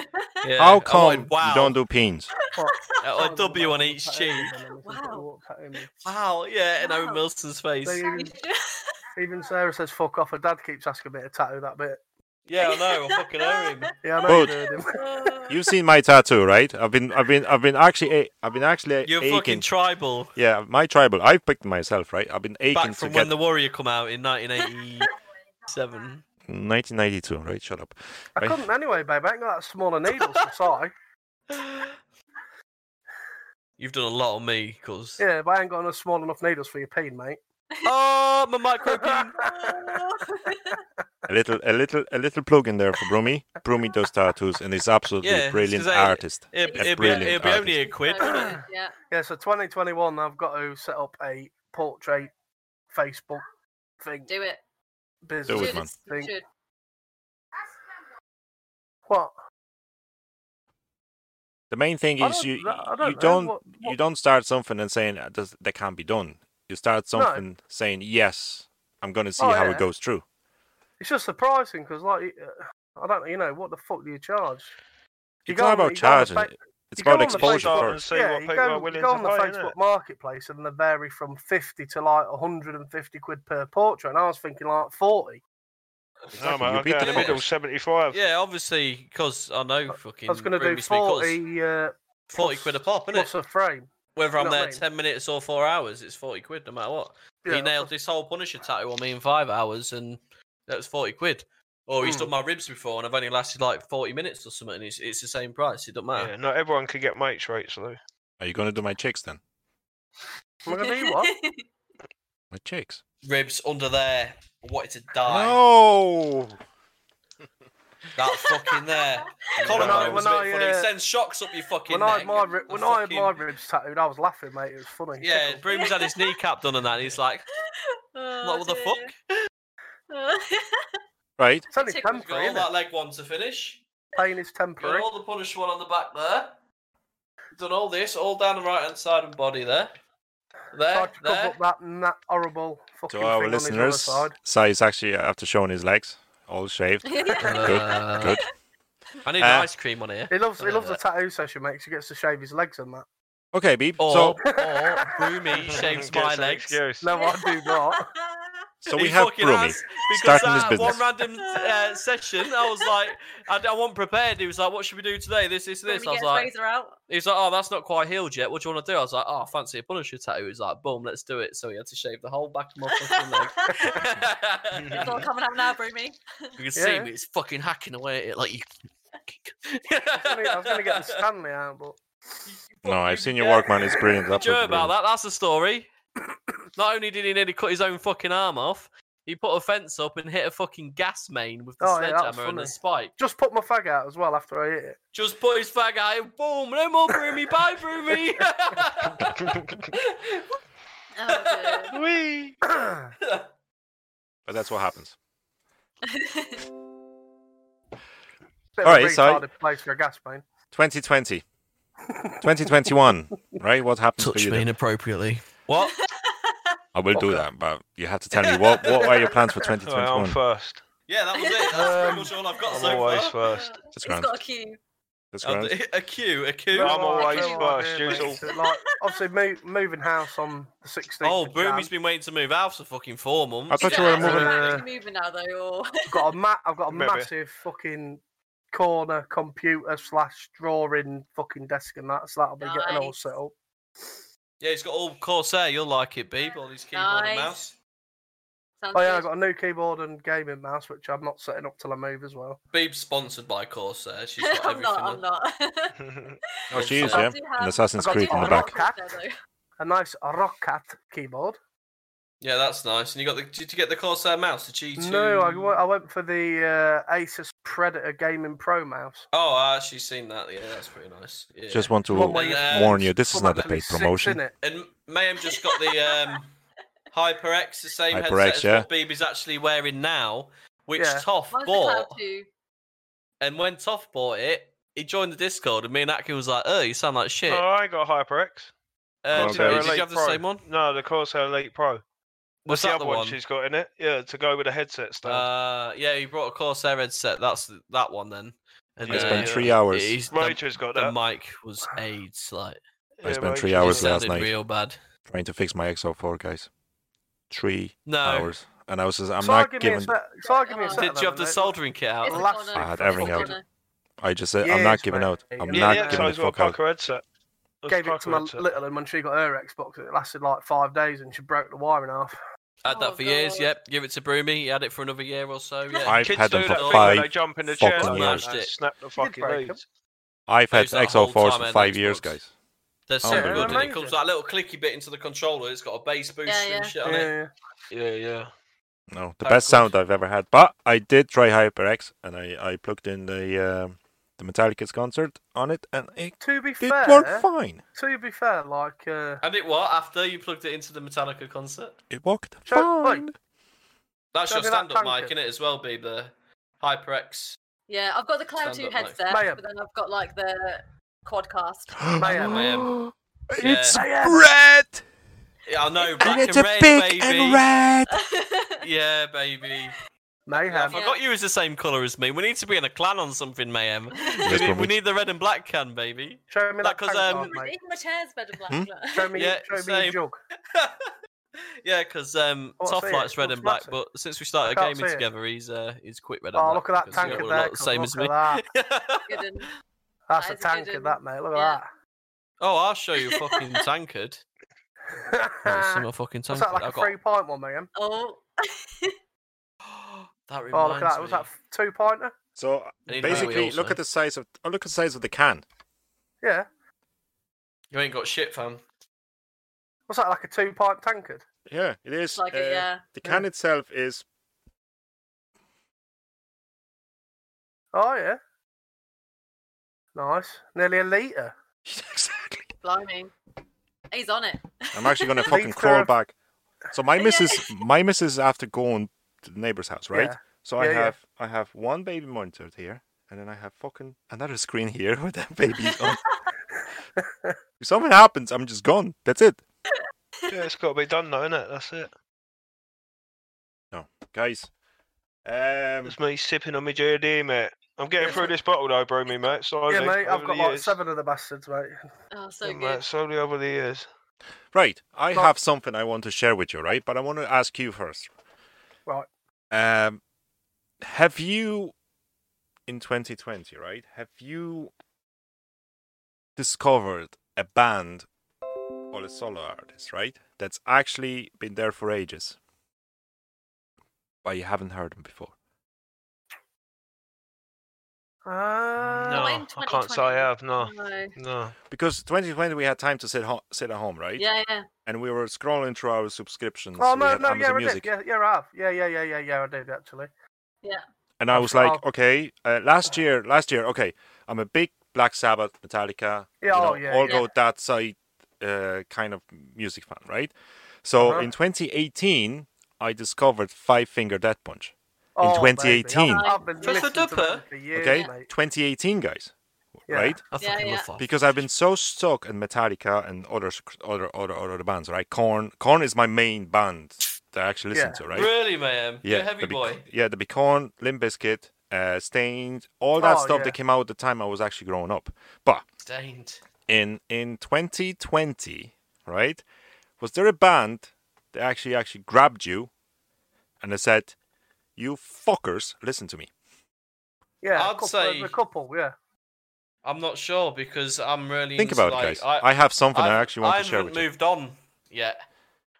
S4: Yeah, Oh,
S1: How
S4: I
S1: come
S4: went, wow,
S1: you don't do peens?
S2: What?
S4: A, a W on each cheek.
S6: Wow.
S4: Wow, yeah, and Owen
S6: Wow.
S4: Wilson's face.
S2: They- Even Sarah says fuck off. Her dad keeps asking me to tattoo that bit.
S4: Yeah, I know. I fucking owe him.
S2: Yeah, I know.
S1: But-
S2: you heard him.
S1: You've seen my tattoo, right? I've been, I've been, I've been actually, a- I've been actually
S4: You're
S1: aching.
S4: fucking tribal.
S1: yeah, my tribal. I've picked myself, right? I've been aching
S4: Back
S1: to
S4: from
S1: get
S4: when the Warrior come out in 1987.
S1: nineteen ninety two, right? Shut up.
S2: I
S1: Right?
S2: couldn't anyway, babe. I ain't got that smaller needle, so sorry.
S4: You've done a lot on me, cause
S2: Yeah, but I ain't got enough small enough needles for your pain, mate.
S4: oh my micro beam.
S1: A little, a little, a little plug in there for Brumi. Brumi does tattoos and is absolutely
S4: Yeah, it's
S1: brilliant
S4: 'cause I-
S1: artist.
S4: It'd,
S1: A
S4: it'd be,
S1: brilliant
S4: it'd be only a quid.
S6: So good, yeah.
S2: Yeah, so 2021, I've got to set up a portrait Facebook thing
S6: Do it.
S1: Do
S2: business.
S1: it,
S6: Should,
S1: man.
S2: Thing.
S6: should.
S2: What?
S1: The main thing
S2: I
S1: is
S2: don't-
S1: you,
S2: I don't
S1: you
S2: know,
S1: don't,
S2: what-
S1: you
S2: what-
S1: don't start something and saying "Uh, this- that can't be done. You start
S2: No.
S1: something saying yes, I'm gonna see
S2: Oh,
S1: how
S2: yeah.
S1: it goes through.
S2: It's just surprising because, like, you- uh, I don't, you know, what the fuck do you charge? You
S1: It's
S2: go
S1: not
S2: on-
S1: about
S2: you go on the
S1: charging.
S2: fa-
S1: It's
S2: you go
S1: about
S2: on the
S1: exposure
S2: Facebook-
S3: up
S1: first.
S3: and see
S2: yeah,
S3: what
S2: you
S3: people
S2: go,
S3: are willing
S2: you go on
S3: to
S2: the
S3: pay.
S2: Facebook Marketplace and they vary from 50 to like 150 quid per portrait, and I was thinking like 40.
S3: No,
S1: Exactly,
S3: mate,
S1: you
S3: I
S1: beat
S3: go in
S1: the
S3: the middle,
S4: fuckers.
S3: 75.
S4: Yeah, obviously, because I know fucking.
S2: I was going to do
S4: Broomies because
S2: 40 uh,
S4: 40 quid a pop,
S2: plus
S4: innit?
S2: a frame.
S4: Whether I'm
S2: know what I
S4: there
S2: mean?
S4: 10 minutes or 4 hours, it's 40 quid no matter what.
S2: Yeah,
S4: he nailed this whole Punisher tattoo on me in 5 hours and that was 40 quid. Or he's
S2: Hmm.
S4: done my ribs before and I've only lasted like 40 minutes or something and it's, it's the same price. It doesn't matter.
S3: Yeah, not everyone can get mates rates, though.
S1: Are you gonna do my chicks then?
S2: Am I going to do what?
S1: My chicks.
S4: Ribs under there. I wanted to die.
S1: No.
S4: That fucking there.
S2: When I-
S4: Collarbone was a
S2: when I,
S4: bit funny.
S2: uh,
S4: He sends shocks up your fucking
S2: when I had
S4: neck.
S2: my ri-
S4: and
S2: when I had my
S4: fucking-
S2: ribs tattooed, I was laughing, mate. It was funny.
S4: Yeah,
S2: Tickled.
S4: Broom's had his kneecap done and that. And he's like,
S6: Oh,
S4: what the
S6: dear.
S4: fuck?
S6: Oh,
S1: Right.
S2: it's only
S6: Tickled.
S4: He's got
S2: temporary.
S4: all
S2: Isn't it?
S4: that leg one to finish.
S2: Pain is temporary.
S4: Got all the punish one on the back there. Done all this, all down the right hand side of body there. There,
S2: Tried to cover
S4: there.
S2: up that and that horrible
S1: To
S2: fucking thing
S1: our
S2: on his other
S1: listeners,
S2: side.
S1: Sai is actually uh, after showing his legs, all shaved.
S4: Uh,
S1: Good.
S4: I need
S1: Uh,
S4: an ice cream on here.
S2: He loves he
S4: Uh,
S2: loves the tattoo session, mate. 'cause he gets to shave his legs and that.
S1: Okay, Beep.
S4: Or,
S1: So,
S4: or Broomy shaves
S3: Gives
S4: my
S3: an
S4: legs.
S3: excuse.
S2: No, I do not.
S1: so
S4: He
S1: we have
S4: fucking
S1: Broomy.
S4: has, because
S1: starting his
S4: at
S1: business.
S4: one random uh, session, I was like, I, I wasn't prepared. He was like, "What should we do today? This, this,
S6: Let
S4: this."
S6: me
S4: I was
S6: get
S4: like,
S6: razor out.
S4: He was like, "Oh, that's not quite healed yet. What do you want to do?" I was like, "Oh, I fancy a Punisher tattoo." He was like, "Boom, let's do it." So he had to shave the whole back of my fucking leg.
S6: It's all coming out now, Broomy.
S4: you can see
S2: Yeah.
S4: me; it's fucking hacking away at it, like you.
S2: I was going to get the Stanley out, but
S1: No, I've seen your
S4: Yeah.
S1: work, man. It's brilliant.
S4: Did you hear
S1: Absolutely
S4: about
S1: brilliant.
S4: that? That's the story. Not only did he nearly cut his own fucking arm off, he put a fence up and hit a fucking gas main with the
S2: Oh, yeah, that was
S4: sledgehammer and a
S2: funny.
S4: spike.
S2: Just put my fag out as well after I hit it.
S4: Just put his fag out and boom, no more broomy, bye broomy.
S6: Oh, dear.
S3: Whee!
S1: But that's what happens.
S2: Bit
S1: All
S2: of a
S1: right, so-
S2: retarded place for a gas main.
S1: 2020. 2021, right? What happens to you? then?
S4: inappropriately. What?
S1: I will do that, but you have to tell me what what are your plans for
S3: Alright, I'm
S1: 2021?
S3: first.
S4: Yeah, that was it. That's
S3: Um,
S4: pretty much all I've got
S3: I'm
S4: so
S3: always
S4: far.
S3: first.
S1: That's
S6: It's
S1: grand.
S6: got a queue.
S1: That's
S4: Uh,
S1: grand.
S4: a queue, a queue.
S3: I'm
S2: No
S3: always
S2: idea,
S3: first,
S2: mate.
S3: usual.
S2: So, Like, obviously, move, moving house on the 16th.
S4: Oh,
S2: of
S4: Broomy's
S2: Jan.
S4: been waiting to move out for fucking four months.
S1: I thought
S6: Is
S1: you
S6: it
S1: were
S6: actually
S1: moving-
S6: practically moving now though, or
S2: I've got a ma- I've got a
S3: Maybe.
S2: massive fucking corner computer slash drawing fucking desk and that, so that'll be getting all
S6: Nice.
S2: set up.
S4: Yeah, it's got all Corsair. You'll like it, Beeb. All these keyboard and
S6: Nice.
S4: mouse.
S6: Sounds
S2: Oh yeah, I
S6: good.
S2: got a new keyboard and gaming mouse, which I'm not setting up till I move as well.
S4: Beeb's sponsored by Corsair. She's got
S6: I'm
S4: everything.
S6: not. I'm not.
S1: Oh, she is,
S6: I
S1: yeah.
S6: do
S1: An
S6: have-
S1: Assassin's
S2: I got
S1: Creed
S2: you
S1: on the
S2: on rock.
S1: back.
S6: Corsair, though.
S2: A nice Rockcat keyboard.
S4: Yeah, that's nice. And you got the? Did you get the Corsair mouse? The G2?
S2: No, I, w- I went for the uh, Asus Predator Gaming Pro mouse.
S4: Oh, I actually seen that. Yeah, that's pretty nice. Yeah.
S1: Just want to
S2: One way
S4: you-
S1: warn you, this is
S2: Well,
S1: not a
S2: that
S1: paid
S2: only six,
S1: promotion.
S2: innit?
S4: and Mayhem just got the um, HyperX, the same
S1: HyperX,
S4: headset as what Beeb is actually wearing now, which
S2: Yeah.
S4: Toff
S6: Mine's the Cloud
S4: bought.
S6: 2.
S4: And when Toff bought it, he joined the Discord, and me and Aki was like, "Oh, you sound like shit."
S3: Oh, I ain't got a HyperX.
S4: Uh, did,
S1: Okay.
S4: did you have the
S3: Pro.
S4: same one?
S3: No, the Corsair Elite Pro.
S4: Was
S3: What's
S4: that
S3: the
S4: the
S3: other one?
S4: one?
S3: she's got in it? Yeah, to go with the headset stuff.
S4: Uh, yeah, he brought a Corsair headset. That's th- that one then. And uh,
S1: I
S3: Yeah,
S1: spent
S3: yeah.
S1: three hours.
S4: he's- the,
S3: Rachel's got
S4: the
S3: that.
S4: mic was AIDS like.
S1: I
S3: Yeah,
S1: spent three
S3: Rachel's
S1: hours
S4: it
S3: got that.
S1: last
S4: sounded
S1: night.
S4: real bad.
S1: trying to fix my XO4, guys. Three
S4: No.
S1: hours. And I was just, I'm
S2: so
S1: not
S2: give
S1: giving.
S2: Me a set, so I'll give me a
S6: Did
S2: set
S4: Did
S2: of
S4: you
S2: them,
S4: have the
S2: mate.
S4: soldering kit
S6: It's
S4: out?
S6: the
S2: last-
S6: corner,
S1: I had
S6: it's the
S1: everything out.
S6: corner.
S1: I just said, I'm
S2: Yes,
S1: not giving
S2: mate.
S1: out. I'm
S2: Yeah,
S3: Yeah,
S1: not
S3: the
S1: giving the
S3: Exo's got a
S1: fuck out.
S3: Cocker headset. That's
S2: Gave it
S3: Cocker
S2: to my
S3: headset.
S2: little one when she got her Xbox. and It lasted like five days and she broke the wire in half.
S4: Had that
S6: Oh,
S4: for years.
S6: God.
S4: Yep. Give it to Broomy. He had it for another year or so. Yeah.
S1: I've
S3: Kids
S1: had them
S3: do
S1: for
S3: that thing where they
S1: five.
S3: jump in the
S1: fucking
S3: chair
S1: years.
S3: like that and
S4: Smashed it.
S3: snap the fucking
S2: break 'em.
S3: leads.
S1: I've had
S4: Those are whole
S1: XO4s for
S4: time
S1: five
S4: Xbox.
S1: years, guys.
S4: They're so
S1: Oh,
S4: good. And it
S2: amazing.
S4: comes with that little clicky bit into the controller. It's got a bass boost
S6: Yeah,
S4: and
S6: yeah.
S4: shit on it.
S2: Yeah.
S3: Yeah, yeah.
S1: No, the
S4: Oh,
S1: best
S4: good.
S1: sound I've ever had. But I did try HyperX, and I, I plugged in the um the Metallica's concert on it, and it
S2: To be
S1: did
S2: fair,
S1: work fine.
S2: to be fair, like uh,
S4: And it what? After you plugged it into the Metallica concert?
S1: It worked
S2: Shall I-
S1: fine.
S4: That's
S2: Show
S4: your
S2: me that
S4: stand up mic,
S2: tanker.
S4: innit, as well, Beeb? The HyperX.
S6: Yeah, I've got the
S4: Stand
S6: Cloud 2
S4: up, mike.
S6: headset,
S2: Mayhem.
S6: but then I've got like the quadcast.
S2: Mayhem.
S4: Mayhem.
S1: It's
S2: Yeah.
S1: red,
S4: Yeah, I know. Black
S1: and it's a
S4: and red,
S1: big
S4: baby.
S1: and red.
S4: Yeah, baby. I
S2: mayhem.
S6: Yeah.
S4: forgot you was the same colour as me. We need to be in a clan on something, Mayhem. we, need, we
S1: probably.
S4: need the red and black can, baby.
S2: Show me
S4: Like,
S2: that
S4: 'cause,
S2: tank
S4: um,
S2: top,
S6: Even my-
S2: mate.
S6: even my chair's better black.
S1: Hmm?
S6: look.
S2: Show me,
S4: Yeah,
S2: show me
S4: same.
S2: your jug.
S4: yeah, because um,
S2: What's
S4: Toff
S2: it?
S4: likes red
S2: What's
S4: and black,
S2: matter?
S4: but since we started
S2: Can't
S4: gaming
S2: see it.
S4: together, he's uh, he's quit red and
S2: Oh,
S4: black.
S2: look at that
S4: because, yeah,
S2: tanker
S4: we're
S2: there.
S4: not the same as
S2: look
S4: me.
S2: at that.
S6: Good and-
S2: That's a
S6: That is a good
S2: tanker,
S6: un.
S2: that mate. Look
S6: Yeah.
S2: at
S4: oh, I'll show you a fucking tankard. I'll see
S2: that.
S4: my fucking
S2: What's
S4: tankard.
S2: that like a
S4: I've got...
S2: three pint one, mate?
S6: Oh,
S4: that
S2: Oh,
S4: reminds
S2: look at that. Was
S4: me.
S2: that two pinter?
S1: So
S4: I need my
S1: basically,
S4: wheels,
S1: look
S4: man.
S1: at the size of oh, look at the size of the can.
S2: Yeah.
S4: You ain't got shit, fam.
S2: What's that like a two pint tankard?
S1: Yeah, it is.
S6: it's like
S1: uh,
S6: it, yeah.
S1: The can itself is
S2: Oh yeah. Nice. Nearly a litre.
S1: exactly.
S6: Blimey. He's on it.
S1: I'm actually gonna
S2: Leaf
S1: fucking crawl
S2: there.
S1: back. So my
S6: Yeah.
S1: missus, my missus, after going to the neighbor's house, right?
S2: Yeah.
S1: So I
S2: Yeah, yeah.
S1: have, I have one baby monitor here, and then I have fucking another screen here with that baby on. if something happens, I'm just gone. That's it,
S3: Yeah, it's got to be done though, innit? That's it.
S1: guys. Um,
S3: It's me sipping on my JD, mate. I'm getting through this bottle though, bro, me, mate. Slowly.
S2: yeah, mate.
S3: over
S2: I've
S3: the
S2: got like
S3: years.
S2: seven of the bastards, mate.
S4: Mm,
S6: Oh, so
S3: Yeah,
S6: good.
S3: mate, slowly over the years.
S1: right, I
S2: Well-
S1: have something I want to share with you, right? But I want to ask you first.
S2: Right.
S1: Um, have you, in 2020, right? Have you discovered a band or a solo artist, right? That's actually been there for ages, but you haven't heard them before?
S3: No,
S2: Ah,
S6: in
S3: I can't say I
S6: 2020.
S3: have. No,
S6: No.
S3: no.
S1: Because 2020 we had time to sit ho- sit at home, right?
S6: Yeah, yeah.
S1: And we were scrolling through our subscriptions.
S2: Oh
S1: we
S2: no,
S1: had
S2: no,
S1: Amazon
S2: yeah, I
S1: Music.
S2: did. Yeah, yeah, I have. Yeah, yeah, yeah, yeah, yeah, I did actually.
S1: And I was
S2: I'll-
S1: like, okay, uh, last year, last year, okay, I'm a big Black Sabbath, Metallica,
S2: Yeah,
S1: you
S2: oh,
S1: know,
S2: yeah,
S1: all
S6: yeah.
S1: go that side uh, kind of music fan, right? So
S2: Uh-huh.
S1: in 2018, I discovered Five Finger Death Punch.
S2: Oh, baby,
S1: 2018
S2: I've, I've been
S4: Just a
S2: listening to
S4: dipper?
S2: them for years,
S1: okay,
S2: mate.
S1: 2018, guys,
S2: Yeah.
S1: right?
S4: I
S6: Yeah,
S4: fucking
S6: yeah.
S4: love Five
S1: Because I've been so stuck in Metallica and other sc- other other other bands, right? Corn, Corn is my main band that I actually listen
S2: Yeah.
S1: to, right?
S4: Really, man? You're a heavy
S1: the Big-
S4: boy.
S1: Yeah, the Bicorn, Limp Bizkit, uh, Stained, all that
S2: Oh,
S1: stuff
S2: yeah.
S1: that came out at the time I was actually growing up. But
S4: Stained.
S1: in in 2020, right, was there a band that actually actually grabbed you and they said, "You fuckers, listen to me."
S2: Yeah,
S4: I'd
S2: a couple,
S4: say-
S2: a couple, yeah.
S4: I'm not sure because I'm really
S1: Think
S4: into,
S1: about
S4: like,
S1: it, guys. I, have something I,
S4: I've-
S1: actually want
S4: I
S1: to share with
S4: haven't moved on yet.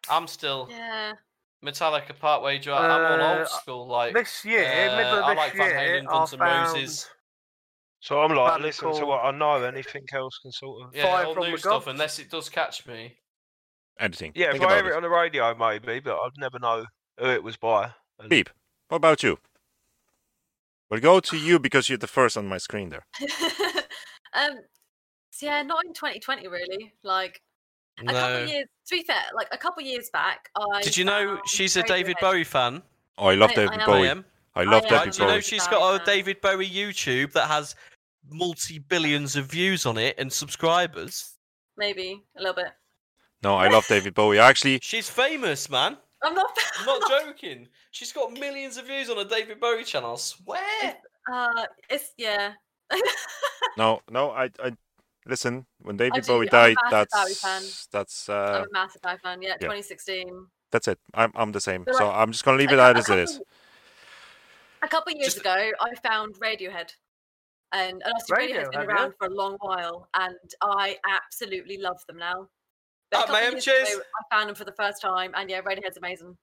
S4: I'm still
S6: Yeah.
S4: Metallica partway dry. I'm on
S2: Uh,
S4: old school. Like
S2: This year,
S4: uh,
S2: middle of
S4: I
S2: this
S4: like Van
S2: year,
S4: Halen,
S2: I
S4: Guns N'
S2: found
S4: Roses.
S3: So I'm like,
S2: Band
S3: listen to
S2: called-
S3: what I know. Anything else can sort of.
S4: yeah,
S2: Fire
S4: all
S2: from
S4: new
S2: the
S4: stuff
S2: Gods.
S4: unless it does catch me.
S1: anything.
S3: Yeah,
S1: Think
S3: if I
S1: about
S3: hear it
S1: it.
S3: on the radio, maybe, but I'd never know who it was by. And
S1: Beep. What about you? We'll go to you because you're the first on my screen there.
S6: um, so yeah, not in 2020 really. Like a couple
S4: No.
S6: years. um, To be fair, like a couple years back, I
S4: Did you know
S6: found
S4: she's a David
S6: Radiohead.
S4: Bowie fan?
S1: Oh, I love
S6: I-
S1: David
S6: I am.
S1: Bowie.
S4: I am.
S1: I love
S6: I am.
S1: David
S4: Like, do you
S1: Bowie.
S4: know she's got a
S6: Bowie.
S4: David Bowie YouTube that has multi billions of views on it and subscribers?
S6: Maybe a little bit.
S1: No, I love David Bowie. Actually,
S4: She's famous, man.
S6: I'm not.
S4: I'm not joking. She's got millions of views on a David Bowie channel. I swear.
S6: Uh, it's yeah.
S1: No, no, I, I listen. When David
S6: do-
S1: Bowie
S6: I'm a
S1: died,
S6: massive Bowie fan.
S1: that's that's
S6: I'm
S1: uh,
S6: a massive Bowie fan. Yeah,
S1: yeah.
S6: 2016.
S1: that's it. I'm I'm the same.
S6: But,
S1: so
S6: like,
S1: I'm just gonna leave
S6: a
S1: it
S6: cou-
S1: out
S6: a
S1: as it is.
S6: couple- A couple years
S4: Just-
S6: ago, I found Radiohead, and, and obviously Radiohead's
S2: Radiohead,
S6: been
S2: yeah.
S6: around for a long while, and I absolutely love them now.
S4: At
S6: But a couple
S4: my
S6: of years ago,
S4: MJ's?
S6: I found them for the first time, and yeah, Radiohead's amazing.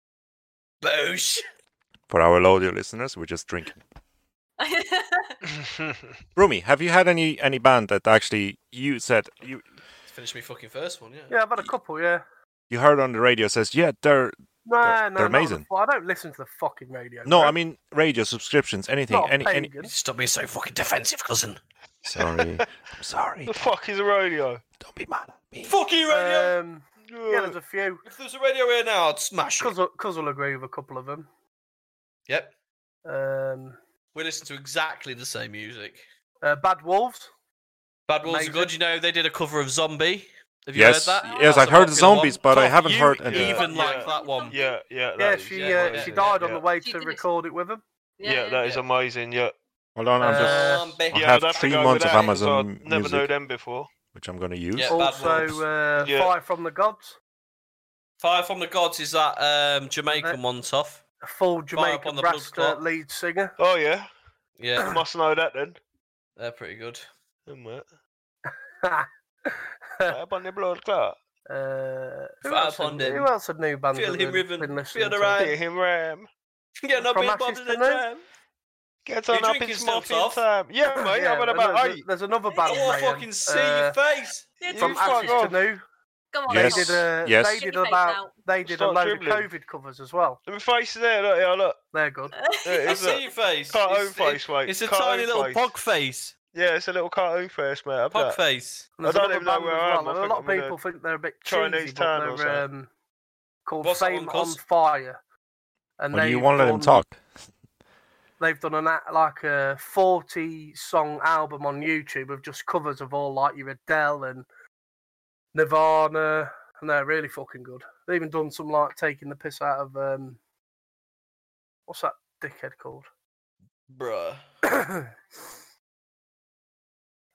S4: Boosh.
S1: For our audio listeners, we're just drinking.
S6: um,
S1: Rumi, have you had any any band that actually you said you
S4: Finish me fucking first one, yeah.
S2: Yeah, I've had a couple, yeah.
S1: you heard on the radio says yeah they're
S2: No,
S1: They're-
S2: no,
S1: they're
S2: not the
S1: amazing.
S2: fu- I don't listen to the fucking radio.
S1: no
S2: bro.
S1: I mean radio subscriptions anything
S6: Oh,
S2: Not
S1: any any
S2: pagan.
S4: Stop being so fucking defensive, cousin.
S1: sorry I'm sorry
S3: the fuck is a radio?
S1: don't be mad at me
S4: Fuck you, radio.
S2: Um, yeah, there's a few.
S4: if there's a radio here now, I'd smash it.
S2: Cuz will agree with a couple of them.
S4: Yep.
S2: Um,
S4: We listen to exactly the same music.
S2: uh, Bad Wolves.
S4: Bad Wolves are
S2: Amazing.
S4: good. You know, they did a cover of Zombie. Have you
S1: yes
S4: heard that?
S1: yes
S4: That's
S1: I've
S4: a
S1: heard the
S4: popular
S1: zombies
S4: one.
S1: but I
S4: Fuck
S1: haven't
S4: you,
S1: heard any
S6: Yeah.
S4: even like
S3: Yeah.
S4: that one.
S3: Yeah, yeah. that
S2: Yeah,
S3: is-
S2: she
S4: yeah,
S2: uh,
S4: yeah,
S2: she
S4: yeah,
S2: died on
S3: yeah.
S2: the way
S6: She
S2: to
S6: did it.
S2: record it with him.
S3: Yeah, that is
S4: yeah.
S3: amazing. Yeah,
S1: hold on I'm just
S2: Uh,
S4: Zombie.
S1: I
S3: yeah.
S1: have
S3: I'd to
S1: three
S3: go with
S1: months of
S3: that 'cause
S1: Amazon
S3: I'd Never knew
S1: Music.
S3: them before.
S1: which I'm gonna use
S4: Yeah. Bad Wolves.
S2: Also, uh,
S3: Yeah.
S2: Fire from the Gods,
S4: Fire from the Gods is that um, Jamaican one tough.
S2: a full
S4: Fire Upon
S2: Jamaican
S4: the Blood
S2: Rasta
S4: Clot.
S2: lead singer.
S3: Oh yeah, I
S4: Yeah,
S3: must know that then.
S4: they're pretty good.
S3: Then what?
S2: uh,
S3: Up on the blood clot.
S2: who,
S4: Fire
S2: else
S4: upon
S2: had,
S4: them.
S2: who else had new bands?
S4: Feel
S2: that
S4: him
S2: we'd
S4: riven,
S2: been
S4: feel
S2: listening
S4: the
S2: to?
S4: ride.
S3: Hit him ram.
S4: Getting up
S2: From
S4: in
S2: Ashes
S4: Bob's
S2: to
S4: the
S2: Nuts?
S4: tram.
S3: Get
S4: You
S3: on up in
S4: drinking still,
S3: smoking
S4: Toph?
S3: time. Yeah, mate.
S2: Yeah,
S3: I've had
S2: and
S3: about
S2: there's,
S3: eight.
S2: there's another
S4: Oh, I
S2: band.
S4: want to
S2: Liam,
S4: fucking see your
S2: uh,
S4: face.
S6: Did
S2: from
S3: You fuck
S2: Ashes to
S3: off.
S2: New.
S6: Come on,
S2: They
S1: Yes.
S2: did a,
S1: Yes.
S2: they
S6: Give
S2: did
S6: me face
S2: about
S6: now.
S2: they did a
S3: Start
S2: load of
S3: dribbling.
S2: COVID covers as well.
S3: Them faces there. Look, yeah, look.
S2: They're good.
S3: There it
S4: I
S3: is, look.
S4: see your face.
S3: Cartoon
S4: It's-
S3: face, mate.
S4: It's a
S3: Cartoon
S4: tiny little
S3: face.
S4: pog face.
S3: Yeah, it's a little cartoon face, mate. I've
S4: Pog
S3: got-
S4: face.
S2: And there's
S3: I don't
S2: another
S3: even know
S2: band
S3: where
S2: as
S3: I am,
S2: well.
S3: I
S2: A
S3: think
S2: lot of
S3: I'm in a
S2: people think they're a bit
S3: Chinese
S2: cheesy, but
S3: town or
S2: they're
S3: something.
S2: um, called
S4: What's that one
S2: Fame on
S4: called?
S2: Fire. And
S1: when you
S2: they've
S1: won't let him
S2: done-
S1: talk
S2: They've done an a- like a forty song album on YouTube of just covers of all like your Adele and Nirvana, and they're really fucking good. They've even done some like taking the piss out of um, what's that dickhead called?
S4: Bruh.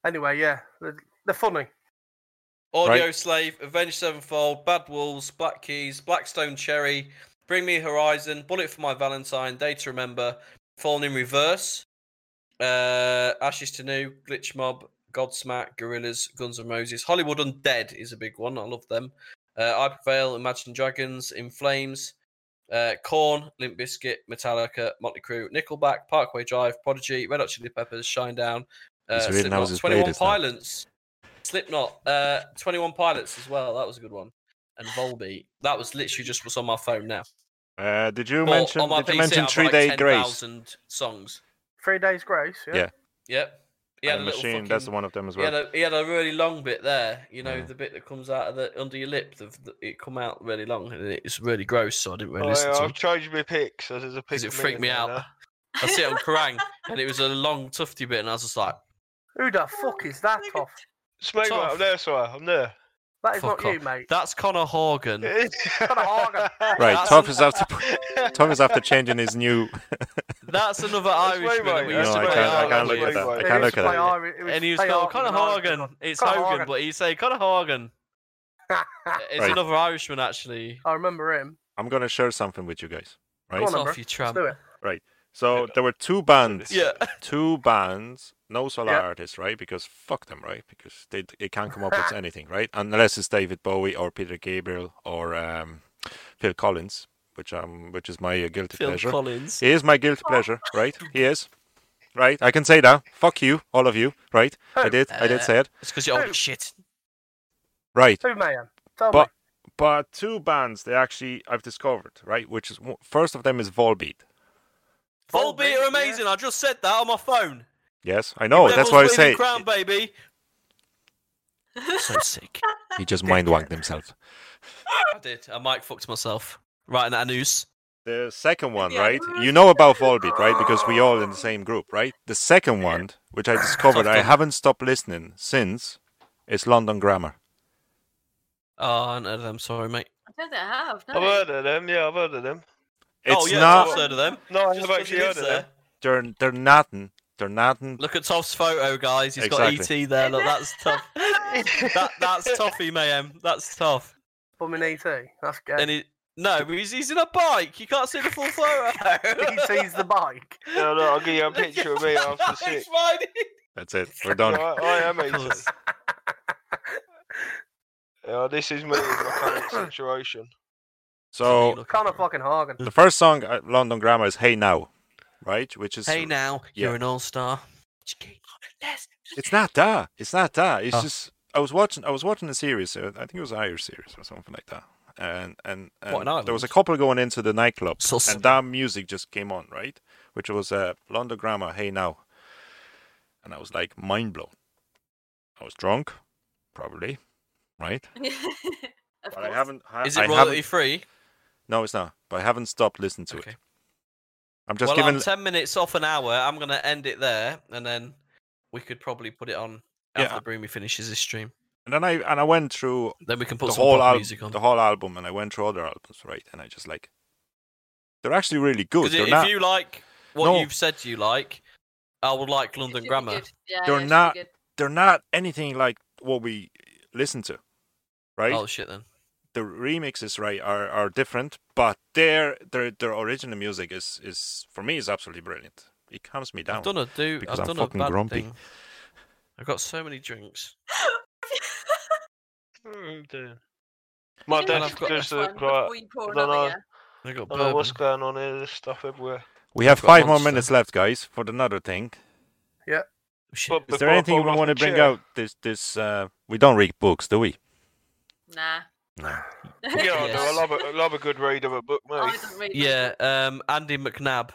S2: anyway, yeah, they're, they're funny.
S4: Audio Slave, Avenged Sevenfold, Bad Wolves, Black Keys, Blackstone Cherry, Bring Me Horizon, Bullet for My Valentine, Day to Remember, Fallen in Reverse, uh, Ashes to New, Glitch Mob, Godsmack, Gorillas, Guns N' Roses, Hollywood Undead is a big one. I love them. Uh, I Prevail, Imagine Dragons, In Flames, Uh, Corn, Limp Biscuit, Metallica, Motley Crue, Nickelback, Parkway Drive, Prodigy, Red Hot Chili Peppers, Shinedown, uh,
S1: He's reading how
S4: Slipknot,
S1: his
S4: Twenty One
S1: playlist now.
S4: Pilots, Slipknot, uh, Twenty One Pilots as well. That was a good one. And Volbeat. That was literally just what's on my phone now.
S1: Uh, did you
S4: Or
S1: mention?
S4: on my
S1: Did you
S4: PC,
S1: mention
S4: I've got
S1: Three
S4: like
S1: Day
S4: 10,000
S1: Grace?
S4: songs.
S2: Three days grace. Yeah.
S1: Yeah.
S4: Yep. He
S1: Yeah,
S4: had
S1: the
S4: a little
S1: machine.
S4: fucking,
S1: That's one of them as
S4: he, had
S1: well.
S4: a, he had a really long bit there. You know,
S1: Mm.
S4: the bit that comes out of the under your lip. The, the- it come out really long and it's really gross. So I didn't really
S3: Oh,
S4: listen
S3: yeah,
S4: to
S3: I've
S4: it
S3: changed my pick, so there's a pick.
S4: because it
S3: of
S4: freaked
S3: in
S4: me
S3: there
S4: out.
S3: now.
S4: I see it on Kerrang, and it was a long tufty bit, and I was just like,
S2: Who the fuck is that
S6: Look at-
S2: off?
S3: It's me, mate.
S4: Tough.
S3: I'm there, sir. I'm there.
S2: That is
S4: Fuck
S2: not you,
S4: off.
S2: mate.
S4: "That's Connor Horgan."
S1: Right,
S4: That's
S1: Tom
S4: an-
S1: is after Tom is after changing his new.
S4: That's another
S3: That's
S4: Irishman
S3: way
S4: that we
S3: right,
S4: used
S1: no, I
S4: to play
S1: can't. I
S4: out
S1: can't
S4: with.
S1: look at that.
S3: It
S1: I
S2: It
S1: can't
S2: used
S1: look
S2: to
S1: at
S2: play
S1: that.
S2: Iri- it
S4: And he was
S2: play
S4: called
S2: Irish
S4: Connor
S2: in
S4: Horgan.
S2: Ireland.
S4: It's
S2: Conor
S4: Hogan,
S2: Horgan.
S4: but he say Connor Horgan. It's
S1: Right. Oh,
S4: another Irishman, actually.
S2: I remember him.
S1: I'm gonna share something with you guys. Right.
S2: Go
S4: It's
S2: on, Amber.
S4: off you,
S2: Let's
S1: Um,
S4: tramp.
S2: do it.
S1: So there were two bands.
S4: Yeah.
S1: Two bands, no solo
S2: Yeah.
S1: artists, right? Because fuck them, right? Because they they can't come up with anything, right? Unless it's David Bowie or Peter Gabriel or um, Phil Collins, which um which is my uh, guilty
S4: Phil
S1: pleasure.
S4: Collins.
S1: He is my guilty pleasure, right? He is. Right, I can say that. Fuck you, all of you. Right, I
S2: Who?
S1: did. I did
S4: Uh,
S1: say it.
S4: It's because you're old shit.
S1: Right,
S2: Who, man? Tell
S1: But-
S2: me.
S1: but two bands they actually I've discovered. Right, which is first of them is Volbeat.
S4: Volbeat
S2: yeah.
S4: are amazing. I just said that on my phone.
S1: Yes, I know. Oh, That's
S4: Devil's
S1: why I
S4: Bleeding
S1: say
S4: Crown, baby. So sick.
S1: he just mind wanked himself.
S4: I did. I mic fucked myself. Right in that news.
S1: The second one,
S6: Yeah.
S1: right? You know about Volbeat, right? Because we all in the same group, right? The second one, which I discovered, I
S4: Something.
S1: haven't stopped listening since, is London Grammar.
S4: Oh, I know them. Sorry, mate.
S6: I don't think I have. No.
S3: I've heard of them. Yeah, I've heard of them.
S1: It's
S4: oh, yeah, I've
S1: not.
S4: heard of them.
S3: No, I
S4: Just
S3: have
S4: 'cause
S3: actually
S4: he
S3: heard
S4: lives
S3: of
S4: there.
S3: them.
S1: They're they're nothing. They're nothing.
S4: Look at Toff's photo, guys. He's got
S1: Exactly.
S4: ET there. Look, that's tough. that, that's Toffy Mayhem. That's tough.
S2: Bumming ET. That's gay.
S4: And he no, but he's, he's in a bike. You can't see the full photo.
S2: he sees the bike.
S3: No, no, I'll give you a picture of me after
S4: He's
S3: six.
S4: riding.
S1: That's it. We're done.
S3: No, I, I am eating.
S4: Colours.
S3: Yeah, this is me in my current situation.
S1: So
S4: Look.
S2: Connor fucking Horgan.
S1: The first song at London Grammar is "Hey Now," right? Which is
S4: Hey now, you're
S1: Yeah.
S4: an all star.
S1: It's not that. It's not that. It's
S4: Oh.
S1: just I was watching. I was watching a series. uh, I think it was an Irish series or something like that. And and, and
S4: What, in
S1: there was a
S4: Ireland?
S1: couple going into the nightclub,
S4: So s-
S1: and that music just came on, right? Which was uh, London Grammar. Hey now, and I was like mind blown. I was drunk, probably, right?
S6: Of
S1: But I
S6: course.
S1: haven't. I,
S4: Is it
S1: I
S4: royalty
S1: haven't,
S4: free?
S1: No, it's not. But I haven't stopped listening to
S4: Okay.
S1: it. I'm just
S4: well,
S1: giving.
S4: I'm ten minutes off an hour. I'm gonna end it there, and then we could probably put it on
S1: Yeah.
S4: after Broomy finishes his stream.
S1: and then I and I went through
S4: Then we can put
S1: the
S4: some
S1: whole
S4: pop
S1: al-
S4: music on.
S1: the whole album, and I went through other albums, right? And I just like, they're actually really good.
S4: 'Cause
S1: They're
S4: if
S1: not.
S4: you like what
S1: No.
S4: you've said you like, I would like
S6: It should
S4: London
S6: be
S4: Grammar.
S6: good.
S1: You're
S6: Yeah, yeah, it should be
S1: not-
S6: good.
S1: They're not anything like what we listen to, right?
S4: Oh shit, then.
S1: The remixes, right, are, are different, but their their their original music is is for me is absolutely brilliant. It calms me down.
S4: I've done a do.
S1: because
S4: I've
S1: I'm
S4: done
S1: fucking
S4: a bad
S1: grumpy.
S4: thing. I've got so many drinks.
S3: Oh, dear. My
S6: You
S4: then
S6: know,
S3: dad's
S6: I've got
S3: just
S6: this
S3: looked
S6: one
S3: like,
S6: before you pour
S3: I don't
S6: another,
S3: know.
S6: yeah.
S4: I got
S3: I don't know what's
S4: bourbon.
S3: going on here, there's stuff everywhere.
S1: we have
S4: I've got
S1: five more
S4: Monster.
S1: minutes left, guys, for another thing.
S4: Oh, Shit.
S3: But
S1: Is
S3: before
S1: there
S3: I
S1: anything you
S3: fall off
S1: want to
S3: the
S1: bring
S3: chair-
S1: out? This this uh, we don't read books, do we?
S6: Nah.
S1: No.
S3: Yeah, I do. I
S4: Yes. Oh,
S3: love, a, I love a good read of a book,
S6: I
S3: mate.
S6: wasn't really.
S4: Yeah, um, Andy McNabb,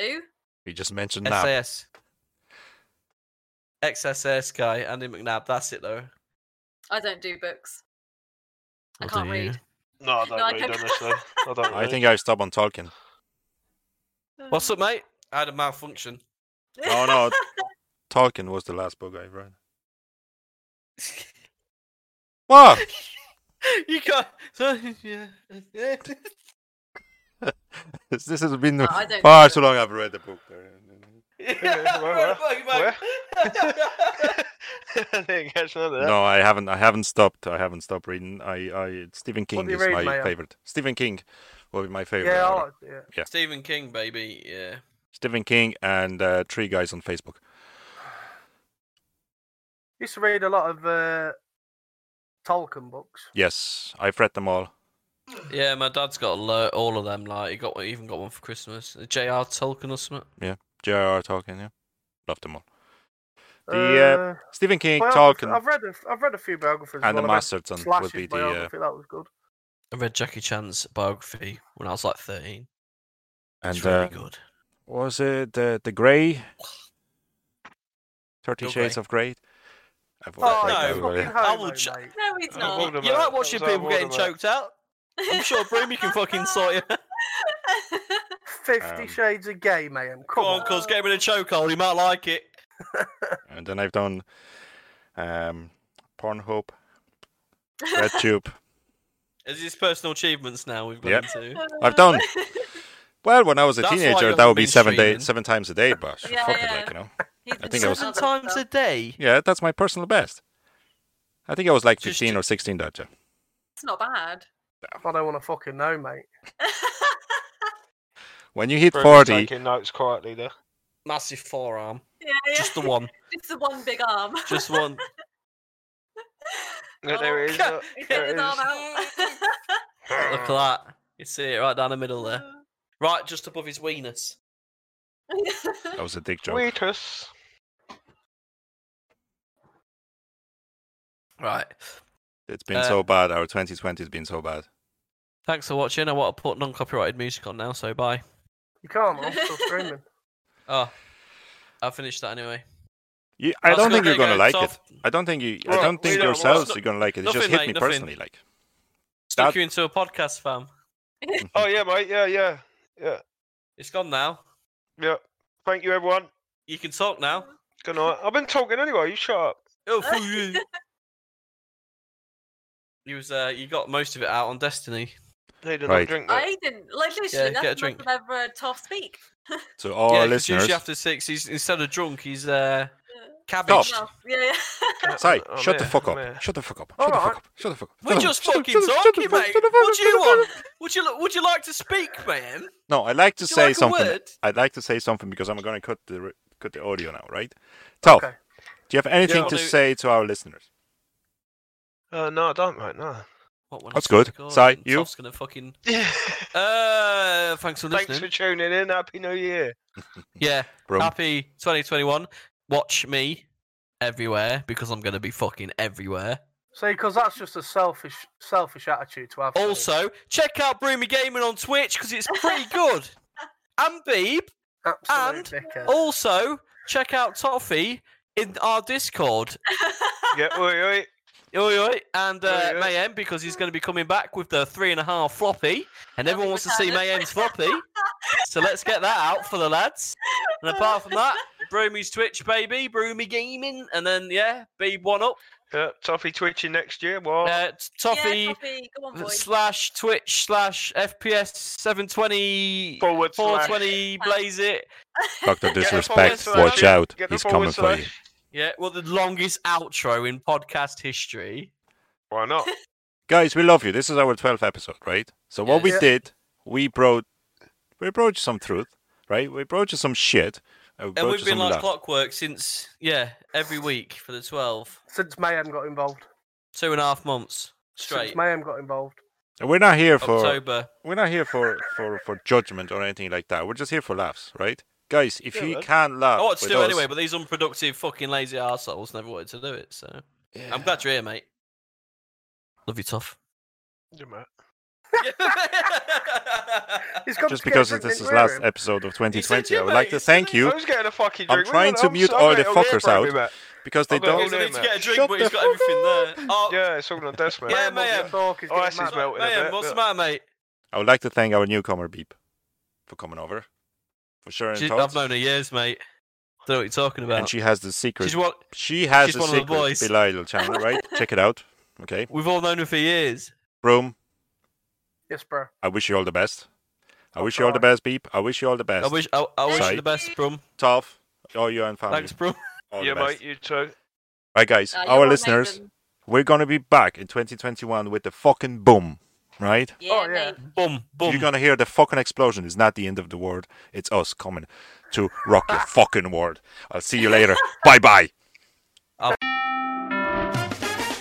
S6: Who?
S1: We just mentioned that.
S4: SAS, XSS guy, Andy McNabb. That's it though.
S6: I don't do books. I
S4: What
S6: can't
S4: Oh, do you?
S6: read.
S3: No, I don't
S6: No, I
S3: read,
S6: don't.
S3: honestly. I don't
S1: I
S3: read.
S1: think I stop on Tolkien.
S4: What's up, mate? I had a malfunction.
S1: Oh no, Tolkien was the last book I read. What?
S4: you can't. So, yeah. yeah,
S1: This this has been
S6: No, I don't
S1: far
S6: think
S1: too long. I've read the book.
S4: I
S3: where-
S4: read a
S3: where-
S4: book, mate.
S3: I didn't catch none of that.
S1: No, I haven't. I haven't stopped. I haven't stopped reading. I, I Stephen King
S2: do you
S1: is
S2: read,
S1: my
S2: Maya?
S1: favorite. Stephen King will be my favorite.
S2: Yeah, I
S1: uh,
S2: like yeah.
S4: Stephen King, baby. Yeah.
S1: Stephen King and uh, three guys on Facebook.
S2: Used to read a lot of uh, Tolkien books.
S1: Yes, I've read them all.
S4: Yeah, my dad's got lo- all of them. Like he got he even got one for Christmas. A J.R. Tolkien or something.
S1: J.R.R. Tolkien, yeah. Love them all. The, Stephen King,
S2: biograph-
S1: Tolkien,
S2: Uh, I've read a, I've read a few biographies. as
S1: and the
S2: well. I read
S1: Masterton would
S2: Slash's
S1: be the. Uh,
S2: biography. That was good.
S4: I read Jackie Chan's biography when I was like thirteen.
S1: and
S4: it's
S1: uh,
S4: really good.
S1: was it the the Grey? Thirty
S4: Your
S1: Shades
S4: Grey.
S1: of Grey. I've
S2: Oh,
S1: always liked
S4: no.
S1: that
S2: fucking
S1: one.
S4: I
S2: homo,
S4: will ch-
S2: mate.
S6: No, he's
S3: Oh,
S6: not.
S3: hold on.
S4: You
S3: about-
S4: like watching
S3: that was
S4: people
S3: all
S4: getting
S3: about-
S4: choked out? I'm sure Broomy can fucking sort you.
S2: Fifty
S1: Um,
S2: Shades of Gay, mate. Come,
S4: Come on, cuz, get him in a chokehold. He might like it.
S1: And then I've done um, Pornhub, RedTube.
S4: Is his personal achievements now we've got
S1: Yep.
S4: into?
S1: I've done. Well, when I was a
S4: That's why
S1: teenager,
S4: you're
S1: that would be
S4: being
S1: seven
S4: streaming.
S1: days, seven times a day. But
S6: Yeah,
S1: fuck it,
S6: yeah.
S1: like you know.
S6: He's
S1: I
S6: been
S1: think I
S6: doing
S1: was-
S6: other stuff.
S4: day.
S1: Yeah, that's my personal best. I think I was like
S4: Just-
S1: fifteen or sixteen that year.
S6: It's not bad.
S2: I don't want to fucking know, mate.
S1: When you hit
S3: Bruno
S1: forty,
S3: Taking notes quietly there.
S4: Massive forearm.
S6: yeah, yeah.
S4: Just the one.
S6: Just the one big arm. Oh,
S4: Just one.
S3: Yeah, there it is.
S4: Oh, God.
S3: look,
S6: He
S3: there
S6: his
S3: it
S6: arm
S3: is.
S6: out.
S4: Look
S1: Oh.
S4: at that. You see it right down the middle there. Right just above his weenus.
S1: that was a dick joke.
S3: Waitress.
S4: Right.
S1: It's been
S4: Uh,
S1: so bad. Our 2020 has been so bad.
S4: Thanks for watching. I want to put non copyrighted music on now, so bye.
S2: You can't. I'm still streaming.
S4: Oh. I'll finish that anyway.
S1: You, I
S4: was
S1: don't think
S4: gonna
S1: you're gonna
S4: go
S1: like
S4: soft.
S1: it. I don't think you. I
S3: Well,
S1: don't think
S3: we don't- well,
S1: yourselves
S4: it's
S1: you're gonna like it. It just
S4: nothing,
S1: hit
S4: mate,
S1: me
S4: nothing.
S1: personally. Like
S4: Stuck
S1: That-
S4: you into a podcast, fam.
S3: Oh yeah, mate. Yeah, yeah,
S4: It's gone now.
S3: yeah. Thank you, everyone.
S4: You can talk now.
S3: Good night. I've been talking anyway. You shut up.
S4: Oh, fuck you. You was uh, you got most of it out on Destiny.
S3: Need another
S1: Right.
S3: drink. There.
S6: I didn't. Like literally,
S4: get a
S6: that's
S4: drink.
S6: nothing I've ever tough speak.
S1: to all our
S4: 'cause
S1: listeners,
S4: usually after six, he's instead of drunk, he's uh,
S6: Yeah.
S4: cabbage.
S1: Stop.
S6: Well, yeah, yeah.
S3: I'm-
S1: Sorry,
S4: Oh,
S3: I'm
S1: shut the
S3: here,
S1: fuck
S3: I'm
S1: up.
S3: here.
S1: Shut the fuck up.
S2: All
S1: Shut the fuck
S2: right.
S1: up. Shut the fuck up.
S4: We're
S1: Shut the
S4: just
S1: fuck up.
S4: fucking
S1: Shut the- shut the-
S4: talking,
S1: shut the-
S4: mate.
S1: shut the-
S4: What do
S1: shut
S4: you
S1: the-
S4: want? Would you would you like to speak, man?
S1: No, I like to
S4: Do you
S1: say
S4: like a
S1: something.
S4: word?
S1: I'd like to say something because I'm gonna cut the re- cut the audio now, right? So,
S2: Okay.
S1: do you have anything
S4: Yeah.
S1: to
S4: Do-
S1: say to our listeners?
S3: Uh, no, I don't, mate. No.
S4: What one
S1: That's
S4: is it
S1: good.
S4: called?
S1: Si,
S4: And
S1: you?
S4: Toff's gonna fucking.
S3: Yeah.
S4: Uh, thanks for
S3: Thanks for
S4: listening.
S3: tuning in. Happy New Year.
S4: Yeah,
S1: Bro,
S4: happy 2021. Watch me everywhere because I'm gonna be fucking everywhere.
S2: See, because that's just a selfish, selfish attitude to have. mate.
S4: Also, check out Broomy Gaming on Twitch because it's pretty good. and Beeb.
S2: absolute
S4: and
S2: dickhead.
S4: Also, check out Toffee in our Discord.
S3: Yeah. Oi, oi.
S4: Oi, oi, and uh,
S3: Oi, oi.
S4: Mayhem because he's going to be coming back with the three and a half floppy, and everyone wants to see
S6: retarded.
S4: Mayhem's floppy. so let's get that out for the lads. And apart from that, Broomy's Twitch baby, Broomy Gaming, and then yeah, be one up.
S3: Yeah, Uh, Toffee twitching next year. What?
S4: Uh, t- Toffee
S6: Yeah, Toffee. Go on, boy.
S4: slash Twitch slash FPS 720
S3: forward slash.
S4: 420 blaze it.
S1: Doctor
S3: the
S1: Disrespect,
S3: forward
S1: watch
S3: slash.
S1: out.
S3: Get the
S1: He's coming
S3: forward
S1: for you.
S3: slash.
S4: Yeah, well, the longest outro in podcast history.
S3: Why not?
S1: guys, we love you. This is our 12th episode, right? So what we
S2: Yes. Yeah.
S1: did, we brought, we brought you some truth, right? We brought you some shit. And, we brought
S4: And
S1: you
S4: we've been
S1: some
S4: like
S1: love.
S4: clockwork since, yeah, every week for the 12.
S2: since Mayhem got involved,
S4: Two and a half months straight.
S2: since Mayhem got involved,
S1: And we're not
S4: Oh,
S1: here for
S4: October.
S1: we're not here for, for for judgment or anything like that. We're just here for laughs, right? Guys, if
S3: Yeah,
S1: you
S3: man.
S1: can't laugh,
S4: I wanted to
S1: with
S4: do it
S1: us-
S4: Oh, anyway, but these unproductive fucking lazy arseholes never wanted to do it, so. I'm glad you're here, mate. Love you, tough.
S3: Yeah, mate.
S2: he's got
S1: just
S2: to get a
S1: because
S2: drink,
S1: this
S2: didn't
S1: is
S2: we,
S1: last
S2: Aaron?
S1: episode of 2020,
S4: you,
S1: I would like
S4: mate,
S1: to
S4: it's
S1: thank
S4: silly.
S1: you
S3: Who's getting a fucking
S1: I'm
S3: drink?
S1: trying
S3: Well,
S1: to
S3: I'm
S1: mute
S3: sorry,
S1: all the
S3: mate, I'm here
S1: fuckers
S3: for
S1: out.
S3: everybody, mate.
S1: because they
S3: I've got
S4: He's
S1: don't.
S3: all
S4: gonna
S3: day,
S4: need to
S3: mate.
S4: get a drink,
S1: Shut
S4: but he's
S1: the
S4: got everything there.
S1: fuck
S4: Oh,
S3: Yeah, it's all on desk, mate.
S4: Yeah,
S2: Mayhem wants
S4: Mayhem.
S2: to talk, he's
S3: Oh,
S2: getting
S3: that's his
S2: mad.
S3: mouth. melting a
S4: Mayhem,
S3: bit,
S4: what's the
S3: look.
S4: matter, mate?
S1: I would like to thank our newcomer Beep for coming over, for sharing
S4: She, I've
S1: thoughts,
S4: known her years, mate. Don't know what you're talking about.
S1: and she has the secret
S4: She's what
S1: She has
S4: She's
S1: a
S4: one of the
S1: secret
S4: boys.
S1: Belial channel, right? Check it out. Okay.
S4: we've all known her for years.
S1: Broom,
S2: Yes, bro.
S1: I wish you all the best. I
S2: Oh,
S1: wish you all the
S2: God.
S1: best, Beep. I wish you all the best.
S4: I wish I, I wish
S1: Sorry.
S4: you the best, Brum.
S1: Toph, all you and family.
S4: Thanks, Brum.
S1: All
S3: Yeah,
S1: the best.
S3: mate. You too.
S1: Right, guys,
S6: Uh, you're
S1: our
S6: on,
S1: listeners,
S6: Nathan.
S1: we're going to be back in 2021 with the fucking boom, right?
S6: Yeah,
S2: Oh, yeah.
S6: mate.
S4: Boom, boom.
S1: You're going to hear the fucking explosion. It's not the end of the world. It's us coming to rock your fucking world. I'll see you later. bye bye.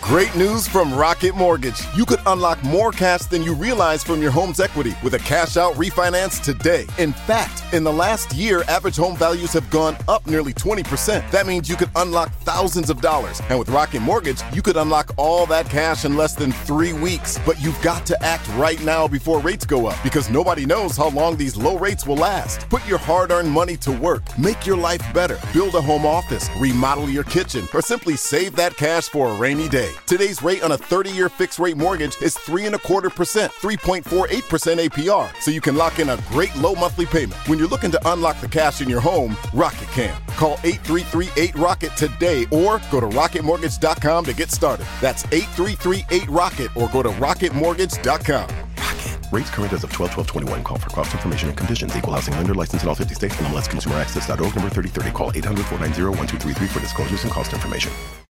S9: Great news from Rocket Mortgage. You could unlock more cash than you realize from your home's equity with a cash out refinance today. In fact, in the last year, average home values have gone up nearly 20%. That means you could unlock thousands of dollars. And with Rocket Mortgage, you could unlock all that cash in less than three weeks. But you've got to act right now before rates go up because nobody knows how long these low rates will last. Put your hard earned money to work, make your life better, build a home office, remodel your kitchen, or simply save that cash for a rainy day. Today's rate on a 30 year fixed rate mortgage is 3.25%, 3.48% APR, so you can lock in a great low monthly payment. When you're looking to unlock the cash in your home, Rocket can. Call 8338 Rocket today or go to rocketmortgage.com to get started. That's 8338 Rocket or go to rocketmortgage.com.
S10: Rates current as of 12 12 21. Call for cost information and conditions. Equal housing lender licensed in all 50 states. NMLS consumeraccess.org number 3030. Call 800 490 1233 for disclosures and cost information.